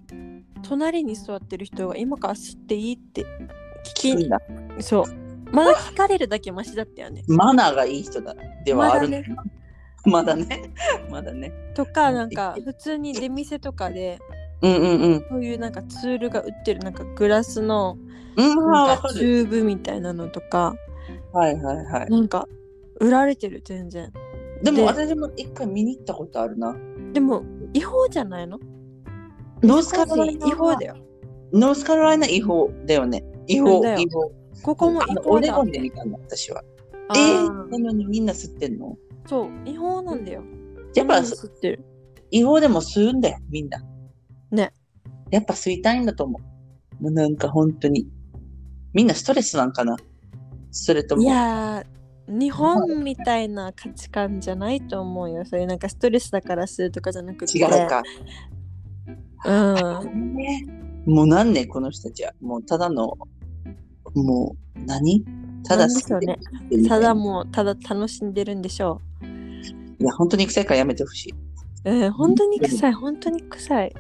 隣に座ってる人が今から吸っていいって
い
聞
るんだ
きそうまだ聞かれるだけマシだったよね
マナーがいい人だ。ではあるんだ
まだ
まだね。 [laughs] まだね。
とかなんか普通に出店とかで
うんうんうん。
そういうなんかツールが売ってるなんかグラスの
うん、あー、
な
わ
んか
か
チ
る。
ューブみたいなのとか
はいはいはい。
なんか売られてる全然
で
で
も私も一回見に行ったことあるな。
でも違法じゃないの
ノースカロライナ
違法だよ。
ノースカロライナ違法だよね。違
うん
法
だよ、
違法。
ここも
あ
違
の
法
オレ
だ
ゴ。ンで見たんだ、私は。
あ
え
ー
ー、なのにみんな吸ってんの
そう、違法なんだよ。
やっぱ
みんな吸ってる。
違法でも吸うんだよ、みんな。
ね。
やっぱ吸いたいんだと思う。もうなんか本当に。みんなストレスなんかなそれとも。
いやー、日本みたいな価値観じゃないと思うよ。そういうなんかストレスだからするとかじゃなくて。
違うか。
うん。
ねもう何年この人たちは。もうただの、もう何ただ
なんでしょうね
吸ってる
ただもうただ楽しんでるんでしょ
いや、本当に臭いからやめてほしい。
う。うん、本当に臭い、本当に臭い。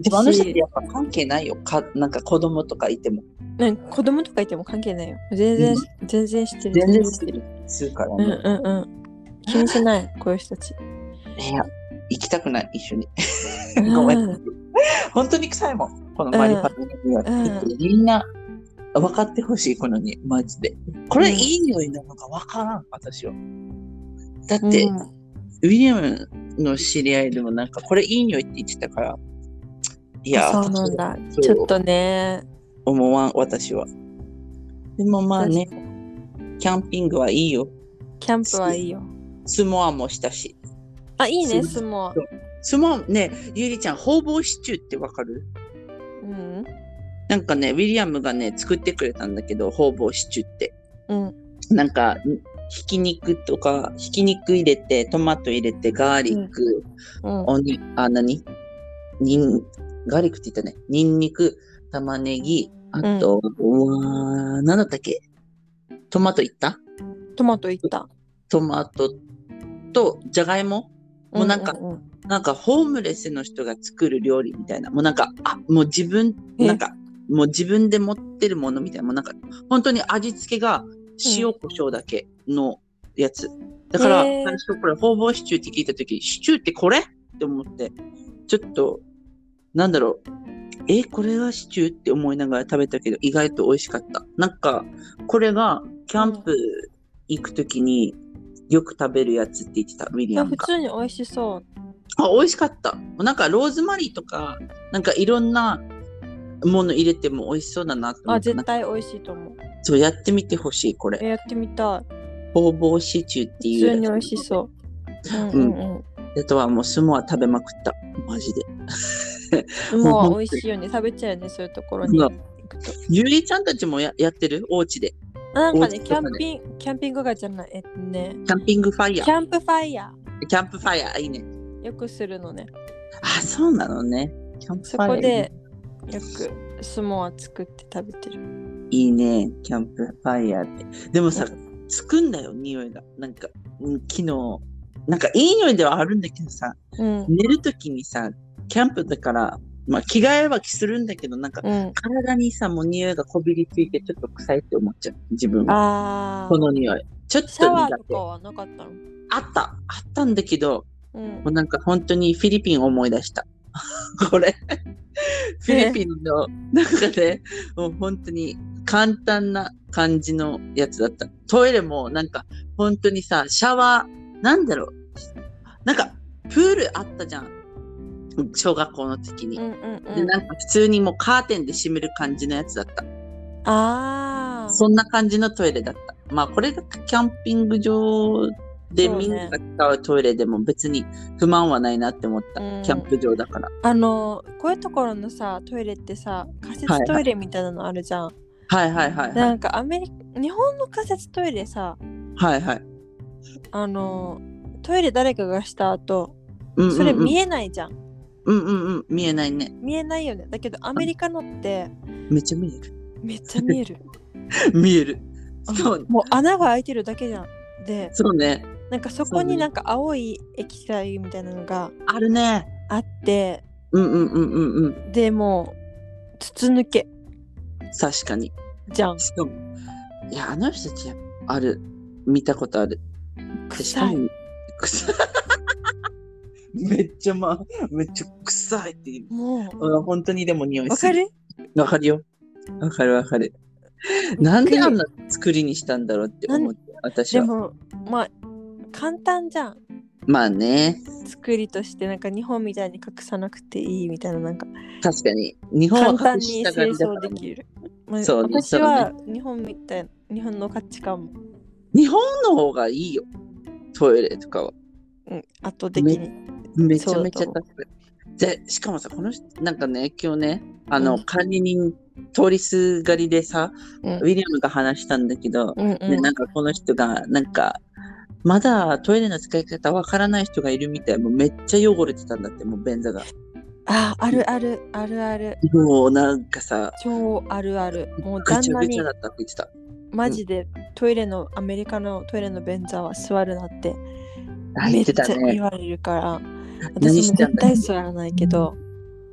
でもあの人ってやっぱ関係ないよ。かなんか子供とかいても。
なんか子供とかいても関係ないよ。全然、全然してる。
全然吸ってる。吸うから
うん
ね。
うんうん。気にしない、こういう人たち。
いや、行きたくない、一緒に。ごめん
う。
本当に臭いもん。このマリファナには。
うん
みんな分かってほしい、このに、マジで。これ、
うん
いい匂いなのか分からん、私は。だって、
で、
ウィリアムの知り合いでもなんか、これいい匂いって言ってたから。いや、
そうなんだ。
そう
ちょっとね。
思わん、私は。でもまあね、
確かに
キャンピングはいいよ。
キャンプはいいよ。
スモアもしたし。
あ、いいね、
そ
スモ
スモア、ね、ゆりちゃん、ほうぼうシチューってわかる
うん。
なんかね、ウィリアムがね、作ってくれたんだけど、ほうぼうシチューって。
うん。
なんか、んひき肉とか、ひき肉入れて、トマト入れて、ガーリック、
うん。
おに、あ、なににん、ガーリックって言ったね。ニンニク、玉ねぎ、あと、うわー、なんだったっけトマトいった
トマトいった。
トマトと、じゃがいももうなんか
ううん
なんか、ホームレスの人が作る料理みたいな。もうなんか、あ、もう自分、
え
なんか、もう自分で持ってるものみたいな。もうなんか、本当に味付けが塩コショウだけのやつ。だから、
へー
最初これ、ほうぼうシチューって聞いたとき、シチューってこれって思って、ちょっと、なんだろう。え、これがシチューって思いながら食べたけど、意外と美味しかった。なんか、これが、キャンプ行くときに、よく食べるやつって言ってた、ウィ
い
リア
や
ム
普
が。
通に美味しそう。
あ、美味しかった。なんかローズマリーとか、なんかいろんなもの入れても美味しそうだなと思
あ、
って、
絶対美味しいと思う。
そうやってみてほしい、これ。
えやってみたい。
ほうぼうシチューって
普
いうや
通
つ。
に美味しそう。うんうん
あとはもうスモア食べまくった。マジで。
うん。
もう
も
本当
う美
に
味しいよね。食べちゃうよね、そういうところに
うわ
行くと。
ゆりちゃんたちもややってるお家で。
なんかね、
美味し
キ
そ
ャ
うだね
ンピング、キャンピングがじゃない、えっとね、
キャンピングファイ
キ
ヤー。
ャンプファイヤ
キャンプファイヤー、いいね。
ーよくするのね。
あ、そうなのね。キャンプフ
そ
ァイヤー。
こでよくスモア作って食べてる。
いいね、キャンプファイヤーって。でもさ、つくんだよ、匂いが。なんか、うん昨日、なんかいい匂いではあるんだけどさ、
うん。
寝るときにさ、キャンプだから、まあ、着替えはするんだけど、なんか、
うん。
体にさ、もう匂いがこびりついて、ちょっと臭いって思っちゃう、自分は。
あ
こ
ー。
の匂い。ちょっと
シャワー
苦
と
手
か。はなかったの
あった、あったんだけど、
うん
もう。なんか本当にフィリピンを思い出した。 [laughs] これ。フィリピンの中で、もう本当に簡単な感じのやつだった。トイレもなんか本当にさ、シャワー、なんだろう。なんかプールあったじゃん。小学校の時に。
うんうん
で
うん。
なんか普通にもうカーテンで閉める感じのやつだった。
あー。
そんな感じのトイレだった。まあこれがキャンピング場で
そうね
みんなが使うトイレでも別に不満はないなって思った。
うん
キャンプ場だから。
あのこういうところのさトイレってさ仮設トイレみたいなのあるじゃん、
はいはいはいはい。
なんかアメリカ日本の仮設トイレさ
はいはい。
あのトイレ誰かがした後
うんうんうん、
それ見えないじゃん,、
うんうんうん。見えないね。
見えないよねだけどアメリカのって
めっちゃ見える。 [laughs]
めっちゃ見える
見える。
[laughs]
そう
もう穴が開いてるだけじゃんで
そうね。
なんかそ
そ
こ
うね
になんか青い液体みたいなのが
あるね。
あって
うんうんうんうんうん。
でもう筒抜け
確かに。
じゃん
しかも、いや、あの人たち、ある。見たことある。しか
臭い
も臭い。 [laughs] めっちゃまあ、めっちゃ臭いっていう。
もう
うん本当にでも匂い
わ
す
か
る。
る
わかるよ。わかるわかる。なんであんな作りにしたんだろうって思って、私
で
は。
もまあ簡単じゃん
まあね。
作りとしてなんか日本みたいに隠さなくていいみたいななんか
確かに。日本
簡
は
単
隠し
に
たが
清
りだか
掃
ら
で
ね
きる。まあ
そうね
私は日本みたい日本の価値観も、
日本の方がいいよ。トイレとかは。
うん、圧倒的に。
めちゃめち
そ
ゃ
うだ
高くでしかもさ、この人、なんかね、今日ね、あ
う
の、
ん
管理人、通りすがりでさ、
うん
ウィリアムが話したんだけど、
うん
ね、
うん
なんかこの人が、なんか、まだトイレの使い方わからない人がいるみたい。もうめっちゃ汚れてたんだって、もう便座が。
ああるあるあるある
もうなんかさ、
超あるあるもう
ぐ
旦
ちゃ
那
ぐち
に
ゃだったって言ってた。
マジでトイレのアメリカのトイレの便座は座るなって
あ
め
言
っ
っ
ち
て
ゃ
たね
言。われるから私
何
も
して
絶
んだ
対座らないけど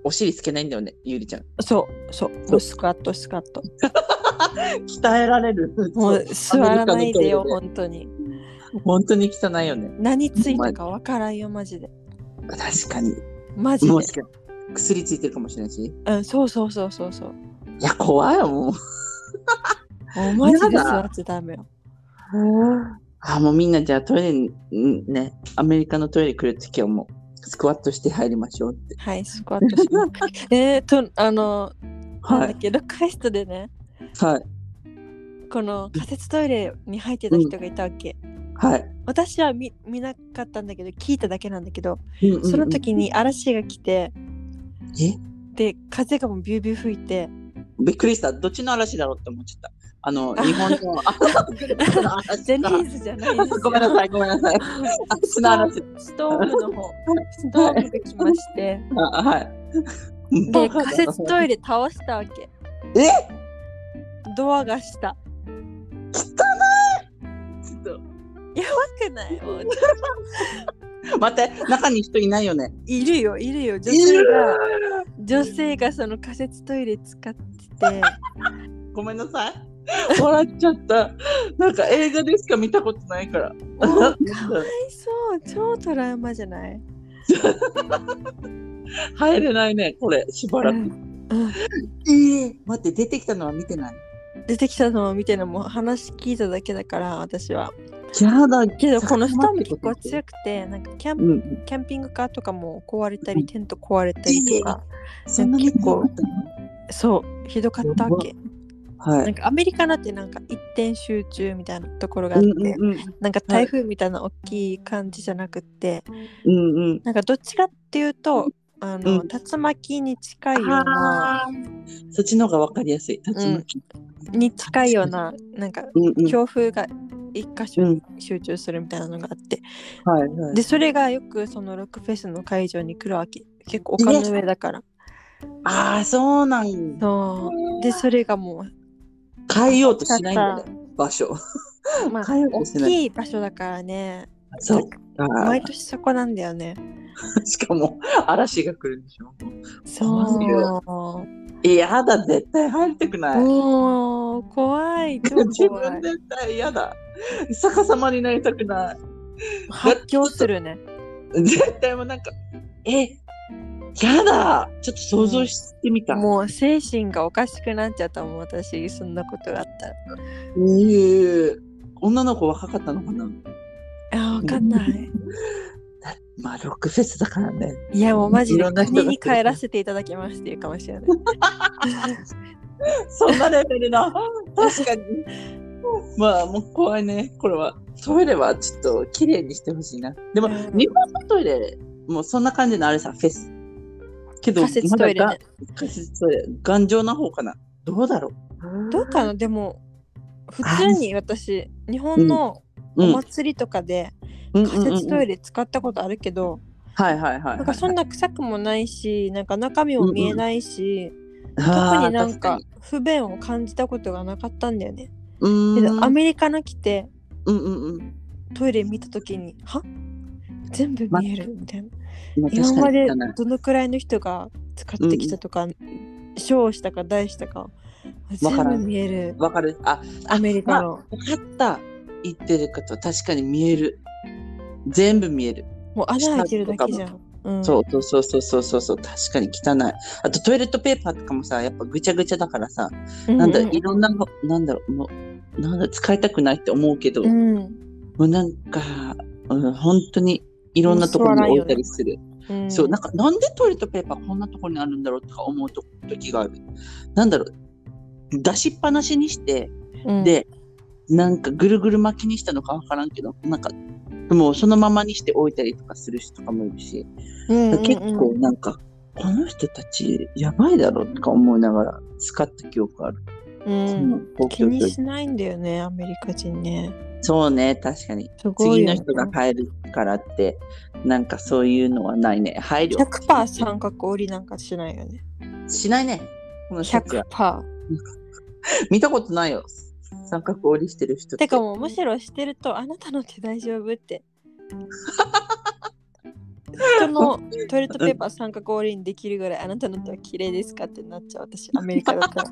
お尻つけないんだよね、ゆりちゃん。
そうそう
そ
も
う
うスクワットスクワット
鍛えられる。
もう座らないでよ
アメリカのトイレ
本当に
本当に汚いよね。
何ついたかわからんよマジで
確かに。
マジで
もしか薬ついてるかもしれないし。い
うんそうそうそうそうそう
や、怖いよ、もう。
もうマジで
やだ
座っちゃダメよ
あ、もうみんなじゃあトイレに、んね、アメリカのトイレ来るときはもう、スクワットして入りましょうって。
はいスクワットしま
[laughs]
くりえーとあのなんだ
は
っ
い。
け、ロックフェストでね
はい。
この仮設トイレに入ってた人がいたわけ、
はい。
私は見見なかったんだけど聞いただけなんだけど、
うんうんうん
その時に嵐が来て
え
で風がもうビュービュー吹いて
びっくりした。どっちの嵐だろうって思っちゃった。あの、日本の。あの
[laughs]
嵐
ジェニーズじゃないですよ
ごめんなさい、ごめんなさい。あっちの嵐。
ストームの方ストームが来まして
あはい。
で仮設ト
レ。
イレ倒したわけ
え
ドアがした
ちょっと
やばくないもう
待って、中に人いないよね。
いるよいるよ女
い
性
る
が女性がその仮設トイレ使って
[laughs]
て
ごめんなさい。笑っちゃった。なんか映画でしか見たことないから。
もうかわいそう超トラウマじゃない
入れないね、これ、しばらく。
うん
ええ待って、出てきたのは見てない。
出てきたのを見てのも話聞いただけだから私は
やだ
けどこの人も結構強くてなんかキャン
うん、
キャンピングカーとかも壊れたりテント壊れたりとか
そんなに
結構
怖かったの
そうひどかったわけ
は。
ないんかアメリカなんてなんか一点集中みたいなところがあ
う
っ
ん
て、
うんうん
なんか台風みたいな大きい感じじゃなくって、
うんうん。
なんかどっちかっていうとあの、
うん
竜巻に近いような
あーそっちの方がわかりやすい。竜巻。
に近いようななんか
うんうん。
強風が一箇所
う
に
ん
集中するみたいなのがあって、
はいはい。
でそれがよくそのロックフェスの会場に来るわけ結構丘の上だから
ああ、そうなんだ。
そうでそれがも
変えようとしないんだね、場所。
う、まあ、
変えようと
大
しない。
きい場所だからね
そうか。
毎年そこなんだよね
しかも、嵐が来るんでしょ。
そう
いやだ、絶対入りたくない。
もう怖
[laughs]
い超
自
怖
分
い
絶対嫌だ。逆さまになりたくない。
発狂するね
絶対もうなんか、え、やだちょっと想像してみた。う
[laughs] もう精神がおかしくなっちゃったもん私そんなことがあったら
え女の子若かったのかな
あわかん
[laughs]
ない
まあ、ロックフェスだからね。
いやもうマジ
い
で
ろんな人が
国に帰らせていただきますっていうかもし
[laughs]
れない
そんなレベルな。 [laughs]
[laughs]
確かに。まあ、もう怖いね。これは。トイレはちょっと綺麗にしてほしいな。でも、
うん
日本のトイレ、もうそんな感じのあれさ、フェス。けど、
仮設トイレ
まだ
ね
が仮設トイレ、頑丈な方かな。どうだろう。
どうかなでも普通に私日本の
う
お
ん、
祭りとかで
うん
仮設
うん
ト
うん
イレ使ったことあるけど、
はいはいはい。
なんかそん
な、
な臭くもないしなんか中身も見えないし、
あー
特になんか
確
不便を感じたことがなかったんだよね。
うーん
けどアメリカの来て
うんうんうん。
トイレ見た時に「は全部見える」みたいな。
まあ
今まで
確かに
どのくらいの人が使ってきたとか賞したか大したか
わからん
全部見える
わかる。あ、
アメリカの。
わかった。言ってること、確かに見える。全部見える。
もう穴開いてるだけじゃん。うん
そうそうそうそうそうそうそう。確かに汚い。あとトイレットペーパーとかもさ、やっぱぐちゃぐちゃだからさ、
う
なんだ、
う
いろんなの、なんだろう、もう、なんだ、使いたくないって思うけど、
う
も
ん、
うなんか、うん、本当にいろんなところに置いたりする。
うん
そう、なんか、なんでトイレットペーパーこんなところにあるんだろうとか思うと時がある。なんだろう、出しっぱなしにして、
うん
で、なんかぐるぐる巻きにしたのかわからんけど、なんか、もうそのままにして置いたりとかする人とかもいるし、
うんうんうん
結構なんか、この人たちやばいだろうとか思いながら使った記憶ある。
うん
その公
気
共
に
教育
しないんだよねアメリカ人ね
そうね、確かに。
すごい
次
よ
の
ね
人が帰るからって、なんかそういうのはないね。配慮。
100%三角折りなんかしないよね
しないね。このシャツは。
100%
見たことないよ。三角折りしてる人って。
てかもうむしろしてるとあなたの手大丈夫って
[laughs]
人のトイレットペーパー三角折りにできるぐらいあなたの手は綺麗ですかってなっちゃう私アメリカだ
[laughs]
ったら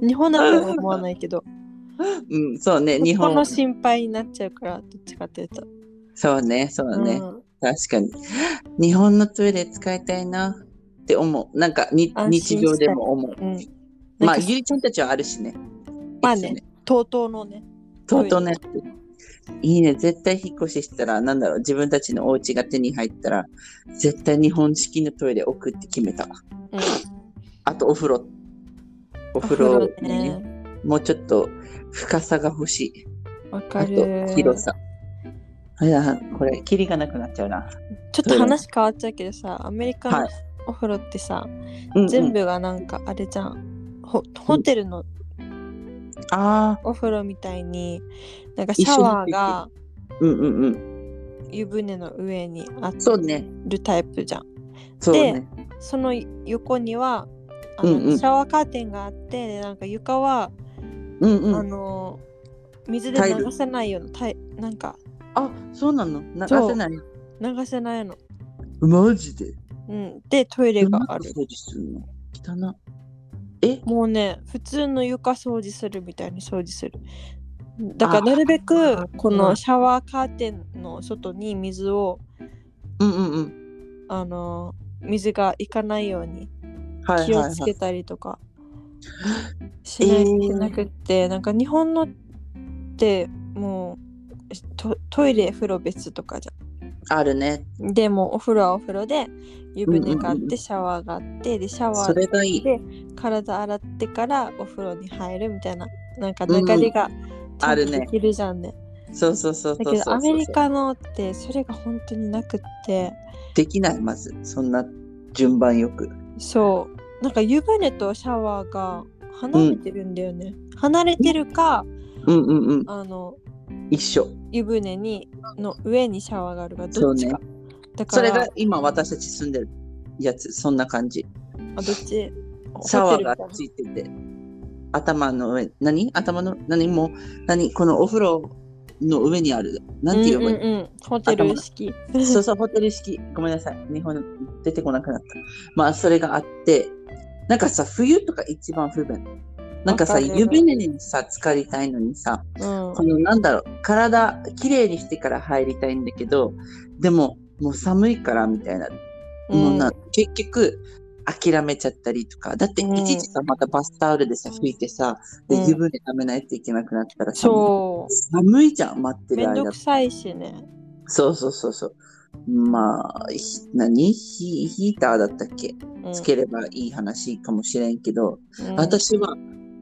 日本だったら思わないけど
うん、そうね、日
日本
本
の。心配になっちゃうからどっちかっていうと
そうね、そうだね、
うん
確かに。日本のトイレ使いたいなって思う。なんかに
安
日
心したい
常でも思う。
うん
まあ、
なんか
ゆりちゃんたちはあるしね。
まあね
一応。
TOTO のね
とうとうね。いいね、絶対引っ越ししたら、なんだろう、自分たちのお家が手に入ったら、絶対日本式のトイレ置くって決めた。
うん
あとお風呂。お風呂ねもうちょっと深さが欲しい。
わか
あ
る
と広さ。あれだ、これ、キリがなくなっちゃうな。
ちょっと話変わっちゃうけどさアメリカ
は
のお風呂ってさ、
うんうん
全部がなんかあれじゃんホホテルの
あ
お風呂みたいになんかシ
一緒に
ャワーが
あ、うんうんうん。
湯船の上にあ
そうね。
るタイプじゃん
そうね。
その横にはあの、
うんうん
シャワーカーテンがあってでなんか床は、
うんう
あ
ん。
の水で
タイル
流せないようなタイなんか
あ、そうなの流
そう
せない。
流せないの、
マジで
うん、でトイレがあ
ど
る
んな掃除するの汚な。え
もうね普通の床掃除するみたいに掃除するだか
あ
らなるべ
う
く
ん
このシャワーカーテンの外に水を
うんうんうん。
あの水がいかないように
はい
気
は
を
い
つ
は
け
い。
たりとかしないといけなくって、なんか日本のってもうトトイレ風呂別とかじ
あるね。
ゃんでもお風呂はお風呂で湯船があっ
うんうんうんう
てシャワーがあってでシャワ
そ
ー
れがいい。
で体洗ってからお風呂に入るみたいななんか流れがちゃ
あ
んと
るね
できるじゃんね。
そうそうそうそ
だ
うそ
け
う
ど
そう。
アメリカのってそれが本当になくって
できない、まず。そんな順番よく。
そうなんか湯船とシャワーが離れてるんだよね。離れてるか
うんうんうん。
あの
一緒。
湯船にの上にシャワーがあるかどっちか。
そ
だか
そ
ら
れが今私たち住んでるやつ、そんな感じ。
あどっち
シャワー
ホ
が
テルみたいな
ついてて、頭の上、何頭の、何もう、何このお風呂の上にある。なんていうの、
うんうんうん、ホテル式。
そうそう、ホテル式。ごめんなさい。日本出てこなくなった。まあ、それがあって、なんかさ、冬とか一番不便。なんかさ、
わかる
湯船にさ、浸かりたいのにさ、
うん
このなんだろう、体、きれいにしてから入りたいんだけど、でも、もう寒いからみたいな。もうな結局諦めちゃったりとかだって
うん
一時さまたバスタオルでさ拭いてさで
うん
湯船溜めないといけなくなったらさ、
そ
寒いじゃん待っ
う
て
め
る
んど
間
くさいしね。
そうそうそうそうまあひ何ヒヒーターだったっけ
うん
つければいい話かもしれんけど、
うん
私は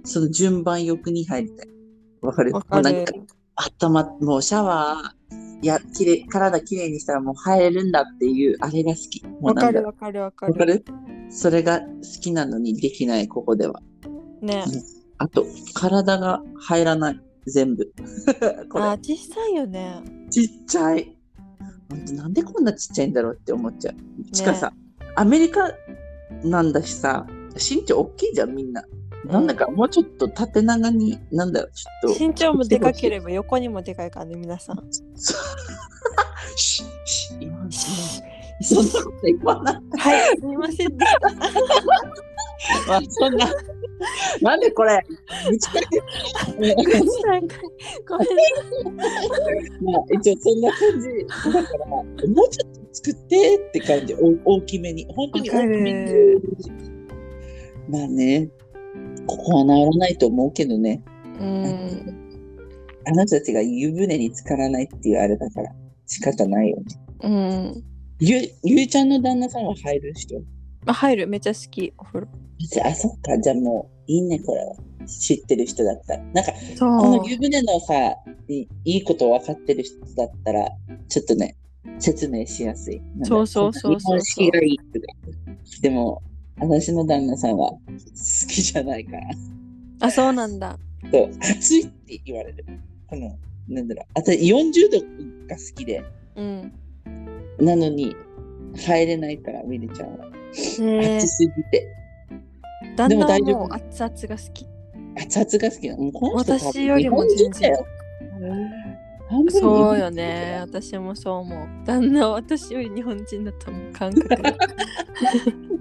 その順番欲に入りたいわかる
わか
もう
る
なんか。頭もうシャワーいやきれい体きれいにしたらもう入れるんだっていうあれが好きも
わ
うな
か
んだ
るわかるわか
わか
る。
るそれが好きなのにできない、ここでは。
ね。
あと、体が入らない、全部。 [laughs] こ
あ
れ、
小さいよね。
ちっちゃい。本当なんでこんなちっちゃいんだろうって思っちゃう。しかさ、アメリカなんだしさ、身長大きいじゃん、みんな。なんだか、もうちょっと縦長に、なんだろう、ちょっと、
身長もでかければ横にもでかいからね皆さん。
シッシッ今のそんなこと言わない。
はいすみませんでした。
まあ、そんな。なんでこれ、ぶちかけ
ごめんなさいごめんなさい
まあ、一応そんな感じだから、もうちょっと作ってって感じ、お大きめに。本当に大きめ
わ
に
かる。
まあね、ここは治らないと思うけどね、
うん
あなたたちが湯船に浸からないっていうあれだから、仕方ないよね。
うん。
ゆ、ゆいちゃんの旦那さんは入る人
まあ、入る、めっちゃ好き、お風呂。
あ、そっか。じゃあもういいね、これは。知ってる人だったら。なんか、こ
そ
の
う。
湯船のさ、いいいことを分かってる人だったら、ちょっとね、説明しやすい。なんだ
そうそうそう
日本式がいいとか言って。でも、私の旦那さんは好きじゃないから。 [laughs]
あ、そうなんだ。
と暑いって言われる。この、なんだろう、私40度が好きで、
うん。
なのに入れないから、ミリちゃんは。
ねえ
暑。すぎて。
旦
[laughs] でも
那は
大丈夫
もう熱々が好き。
熱々が好きなの。もうこの人多分
私よりも
日本人
全然
だよ。半分
そうよね。。 [laughs] 私もそう思う。旦那は私より日本人だと思う。感
[laughs]
覚が。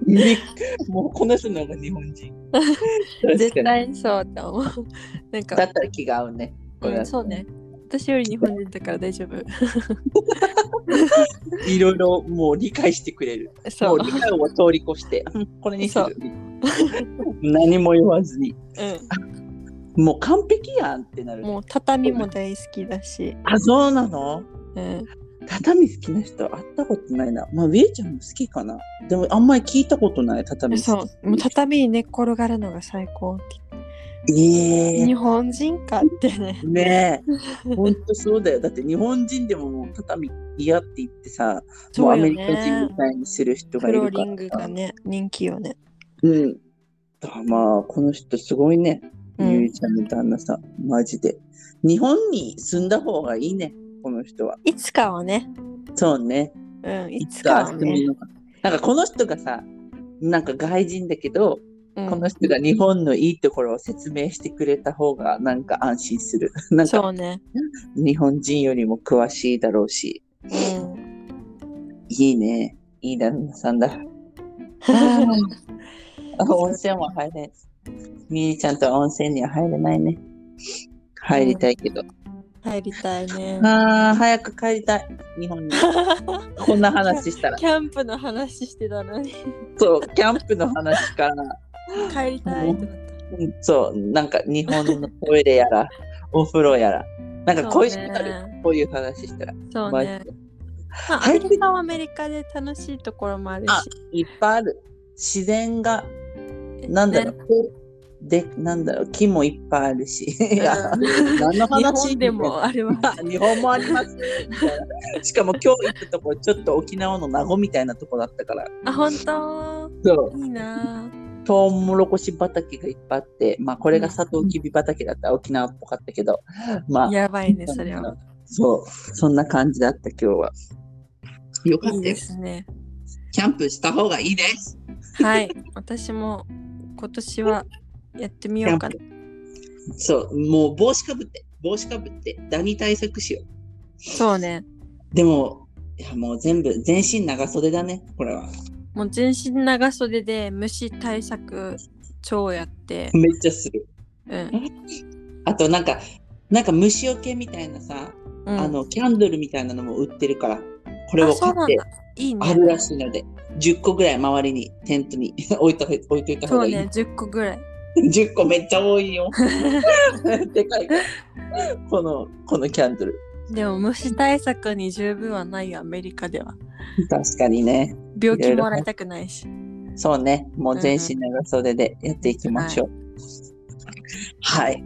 ね [laughs] もうこの人の方が日本人。
[laughs] 絶
確かに。
対にそうって思う。 [laughs] なん
だ
か、
ったら気が合うね。これ
う
は
ん、そうね。。私より日本人だから大
[laughs]
丈夫。
いろいろもう理解してくれる。
そう。
もう理解を通り越して、うんこれにす
そ
る。何も言わずに。
う
もう完璧やんってなる
ん。。もう畳も大好きだし。
あ、そうなの
うん。
畳好きな人会ったことないな。まあ、ウェイちゃんも好きかな。でもあんまり聞いたことない畳好き。
そう。もう畳に寝っ転がるのが最高って。
え
日
え
本人か
[laughs]
ってね。
ねえ。ほんとそうだよ。だって日本人でももう畳嫌って言ってさ、も
そうう
ア
よ
メリカ人
ね
み。たいにする人が
フ
い
ロー
るか
リ
ら。
ングがね、人気よね。
うん。だからまあ、この人すごいね。
うん
ゆいちゃんの旦那さん。マジで。日本に住んだ方がいいね。この人は。
いつかはね。
そうね。
うん、い
い
つ
つ
かは
か遊び
ね。
のかなんかこの人がさなんか外人だけど、
うん
この人が日本のいいところを説明してくれた方がなんか安心するなんか
そうね。
日本人よりも詳しいだろうし
うん。
いいねいい旦那さんだあー [laughs] 温泉は入れんみりちゃんとは温泉には入れないね入りたいけど、
入りたいね。
あー早く帰りたい日本
[laughs]
にこんな話したら
キャンプの話してたの
[laughs]
に。
そうキャンプの話から
帰りたいってなっ
うんそう、なんか日本のトイレやら、お風呂やら、なんか恋しくなる、
そうね
こういう話したら。
た。そう
マ
ね
ジ。で
まあアメリカはアメリカで楽しいところもあ
[laughs]
るし。
いっぱいある。自然が、なんだろ
ね
う、で、なんだろう、木もいっぱいあるし。いや、何の
日
話
本でもあれは。
あ [laughs] 日本もあります。みたいなしかも今日行ったところ、ちょっと沖縄の名護みたいなとこだったから。
あ、本当
そう。
いいなぁ。
トウモロコシ畑がいっぱいあって、まあこれがサトウキビ畑だったら沖縄っぽかったけど、まあ
やばいね、それは。
そう、そんな感じだった今日は。よかっ
い
た
い
で。
ですすね。
キャンプした方がいいです。
はい。私も今年はやってみようかな。
そう、もう帽子かぶって、帽子かぶって、ダニ対策しよ
そうね。
う。でも、いやもう全部、全身長袖だね、これは。
もう全身長袖で虫対策超やって、
めっちゃする。
うん。
あと、なんか、なんか虫除けみたいなさ、
うん、
あの、キャンドルみたいなのも売ってるから、これ
あ
を
そ
買
うな
っ
ん
て
だ。いい
あ
ね。
るらしいので、10個ぐらい周りに、テントに [laughs] 置いとい置いといた方
そ
が
う
いい。
ね、10個ぐらい。
10個めっちゃ多
[laughs]
いよ。でかいから。この、このキャンドル。
でも虫対策に十分はないよ、アメリカでは。
確かにね。
病気もらいたくない [laughs] し。
そうね。もう全身長袖でやっていきましょう。はい。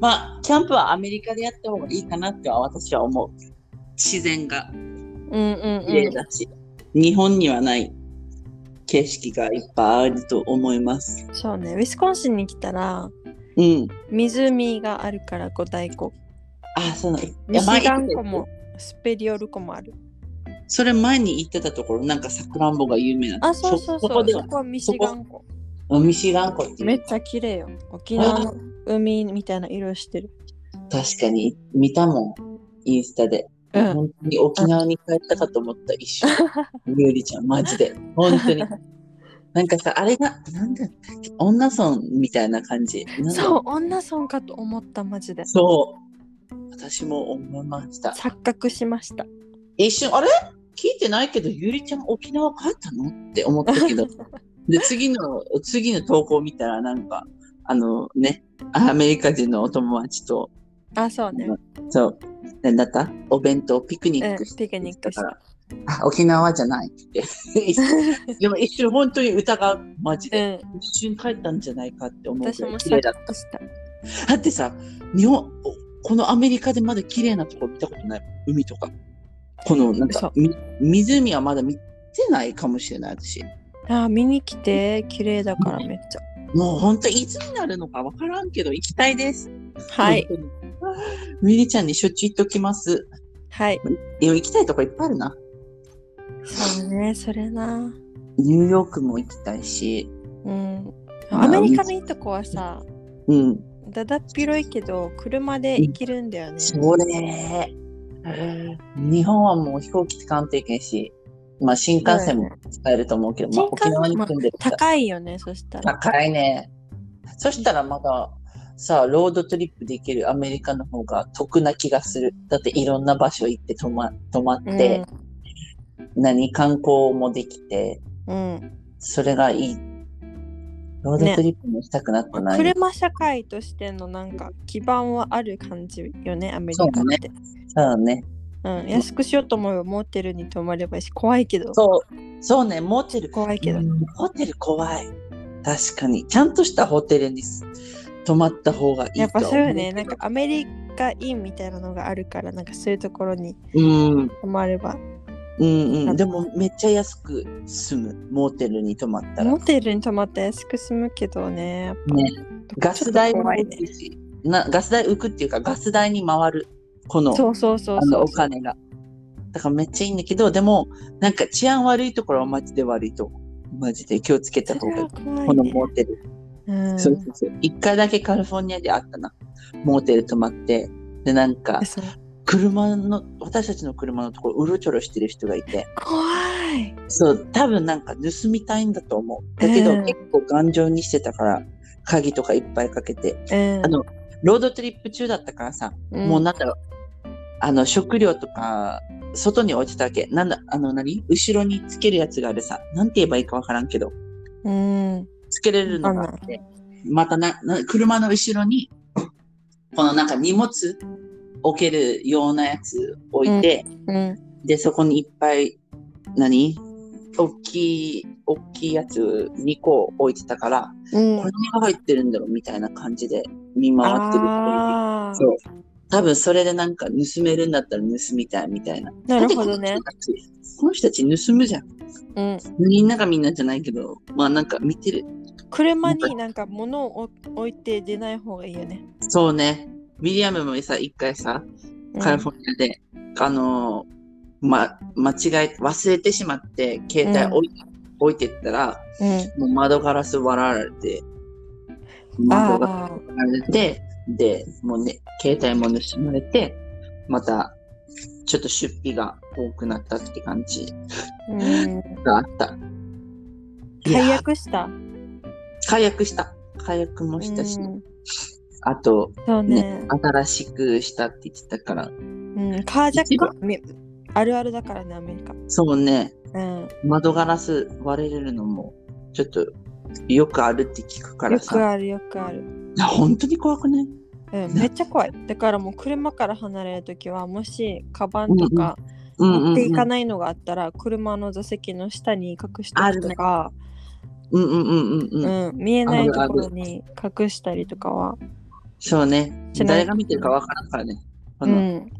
まあ、キャンプはアメリカでやった方がいいかなっては私は思う。自然が
うんうん
綺麗
う
だし、日本にはない景色がいっぱいあると思います。
ん。そうね、ウィスコンシンに来たら、
うん。
湖があるから五大湖。
あ、その、い
ミ
や
シ
前
ガ
行っ
ン
て
湖もスペリオル湖もある。
それ前に行ってたところ、なんかさくらんぼが有名な
あ、そうそうそう。
こで
そ
は
こはミシガン湖。
ミシガン湖ってい
め
う
っちゃ綺麗よ。沖縄の海みたいな色してる。
確かに見たもんインスタで、
うん。
本当に沖縄に帰ったかと思った一瞬ゆうりちゃんマジで本当になんかさあれがなんだったっけ女村みたいな感じなんだ
そう、女村かと思った、マジで。
そう私も思いました
錯覚しました。
一瞬あれ聞いてないけどゆうりちゃん沖縄帰ったのって思ったけ
[laughs]
どで次の次の投稿見たらなんかあのねアメリカ人のお友達と
あ、そうね。
そう。何だったお弁当、ピクニッ
う
ク
んピクニックした
からあ、沖縄じゃな
[laughs]
いって。でも一瞬本当に歌がマジ
う
で、
ん、
一瞬帰ったんじゃないかって思うぐらい
私も
綺
さ
麗
っ
だっ
とした。
た。だってさ、日本、おこのアメリカでまだ綺麗なとこ見たことない。海とか。この、なん
そ
か
う、
み湖はまだ見てないかもしれない、私。
ああ、見に来て、綺麗だからめっちゃ。
もう本当いつになるのかわからんけど、行きたいです。
はい、
本当に。みりちゃんにしょっちゅう行っときます。
はい。
でも行きたいとこいっぱいあるな。
そうね、それな。
ニューヨークも行きたいし。
うん。
あ
アメリカのいいとこはさ、
うん。
だだっ広いけど、車で行けるんだよね。
それ。日本はもう飛行機使わんといけんし、まあ新幹線も使えると思うけど、まあ
新幹
沖
線
縄に住んでるから
高いよね、そしたら。
高いね。そしたらまださあ、ロードトリップできるアメリカの方が得な気がする。だっていろんな場所行って泊ま泊まって、何観光もできて、
うん、うん
それがいい。ロードトリップもしたくなってない。
車社会としてのなんか基盤はある感じよね、アメリカ
そう
っ
ね
て。
そうだね。
うん、安くしようと思えばモーテルに泊まればいいし、怖いけど。
そう、そうね、モーテル
怖いけど。
うんホテル怖い。確かに。ちゃんとしたホテルにす泊まった方がいいと
やっぱそうよね、
思
な
うん
かアメリカインみたいなのがあるから、なんかそういうところに
けど。うん、
泊まれば。
うん、うん。でもめっちゃ安く住む。モーテルに泊まったら。
モーテルに泊まったら安く済むけどね、やっぱ
ねガ
ちょっ
ス
と
代も
怖い
浮
ね
く。し、なガス代浮くっていうか、ガス代に回る。この
そうそうそう
あ
そ
の
う。
お金が。だからめっちゃいいんだけど、でも、なんか治安悪いところはマジで悪いと思う。マジで気をつけた
そ
方
れ
がいい
は。怖い、ね。
このモーテル。
うん、
そうそうそう。一回だけカリフォルニアであったな。モーテル泊まって。で、なんか、
そう
車の、私たちの車のところ、うろちょろしてる人がいて。
怖い。
そう、多分なんか盗みたいんだと思う。だけど、
うん
結構頑丈にしてたから、鍵とかいっぱいかけて。
うん
あのロードトリップ中だったからさ、
うん
もうなんだろう。あの、食料とか、外に置いてたわけ。なんだ、あの何、後ろにつけるやつがあるさ。なんて言えばいいかわからんけど。
うん。
つけれるのがあって、またな、な車の後ろに、このなんか荷物置けるようなやつ置いて、
うん。
で、そこにいっぱい、何大きい、大きいやつ2個置いてたから、
うん
これ何が入ってるんだろうみたいな感じで見回ってる人
あ
いる。そう。多分それでなんか盗めるんだったら盗みたいみたいな。
あ。なるほどね
だっ。てこの人たち。この人たち盗むじゃん。
うん。
みんながみんなじゃないけど、まあなんか見てる。
車になんか物を置いて出ない方がいいよね。
そうね。ウィリアムもさ、一回さ、
うん
カリフォルニアで、あのーま、間違え、忘れてしまって、携帯置い,、置いてったら、
うん。
もう窓ガラス割られて、窓が
ああ。
割られて、で、もうね、携帯も盗まれて、また、ちょっと出費が多くなったって感じ
うん。
があった。いや
解約した。
解約した。解約もしたし、
うん
あと、
そう
ね
ね。
新しくしたって言ってたから、
うん。カージャックはみあるあるだからね、アメリカ。
そうね、
うん。
窓ガラス割れるのもちょっとよくあるって聞くから
よく
さ
あるよくある。
いや本当に怖くね
うん、めっちゃ怖い。だからもう車から離れるときは、もし、カバンとか
うんうん
持
う
っていか
ん
ないのがあったら、車の座席の下に隠したりとか、
うんうんうんうんうん
うん、見えないところに隠したりとかは、
そうね
しない
誰が見てるかわからんからねあ
う
の、
ん、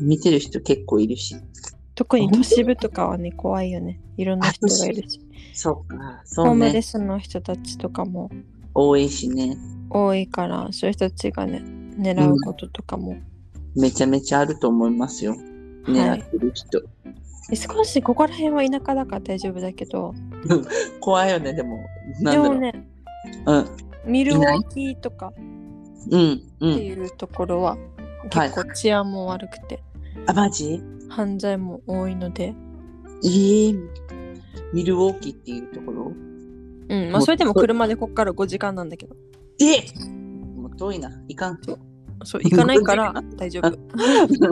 見てる人結構いるし
特に都市部とかはね、怖いよね。いろんな人がいるし、
そうか
ホ
そ
ー
う
ムレ
ね
スの人たちとかも
多いしね
多いから、そういう人たちがね、狙うこととかも。
めちゃめちゃあると思いますよ狙
はい
ってる人、
少しここら辺は田舎だから大丈夫だけど、
怖いよねでもなん
で
だろ
も
う、
ね、
うん
ミルウォーキーとか
うんう
って
ん
いうところは
はい
結構治安も悪くて
あマジ
犯罪も多いので、
ええミルウォーキーっていうところ
うんまあ、それでも車でこっから5時間なんだけど
えもう遠いな。いか
[laughs]
ん。
そう行かないから大丈夫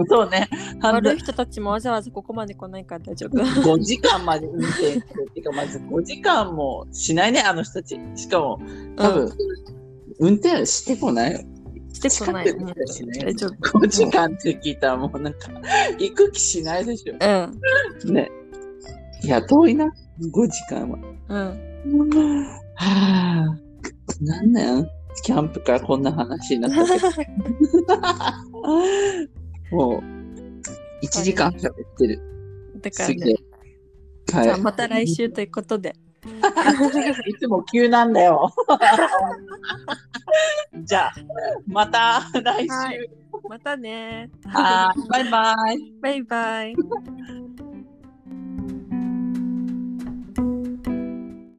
そうね。半
悪
分
い人たちもわざわざここまで来ないから大丈夫
5時間まで運転する。てか、まず5時間もしないね、あの人たち。しかも、多分、運転してこないよ。
してこ
近
な
く
い。
で
うん
したしね
大丈夫。
5時間って聞いたらもうなんか行く気しないでしょ
うん。
ねいや遠いな5時間は
うん。 [laughs]
はあなんなんキャンプからこんな話になった
[laughs]
けどもう1時間喋ってる
だから
す
ね
げえ。は
じゃあまた来週ということで。
[laughs] いつも急なんだよ。じゃあ、また来週。
はいまたね。
はい、バイバイ。
バイバイ。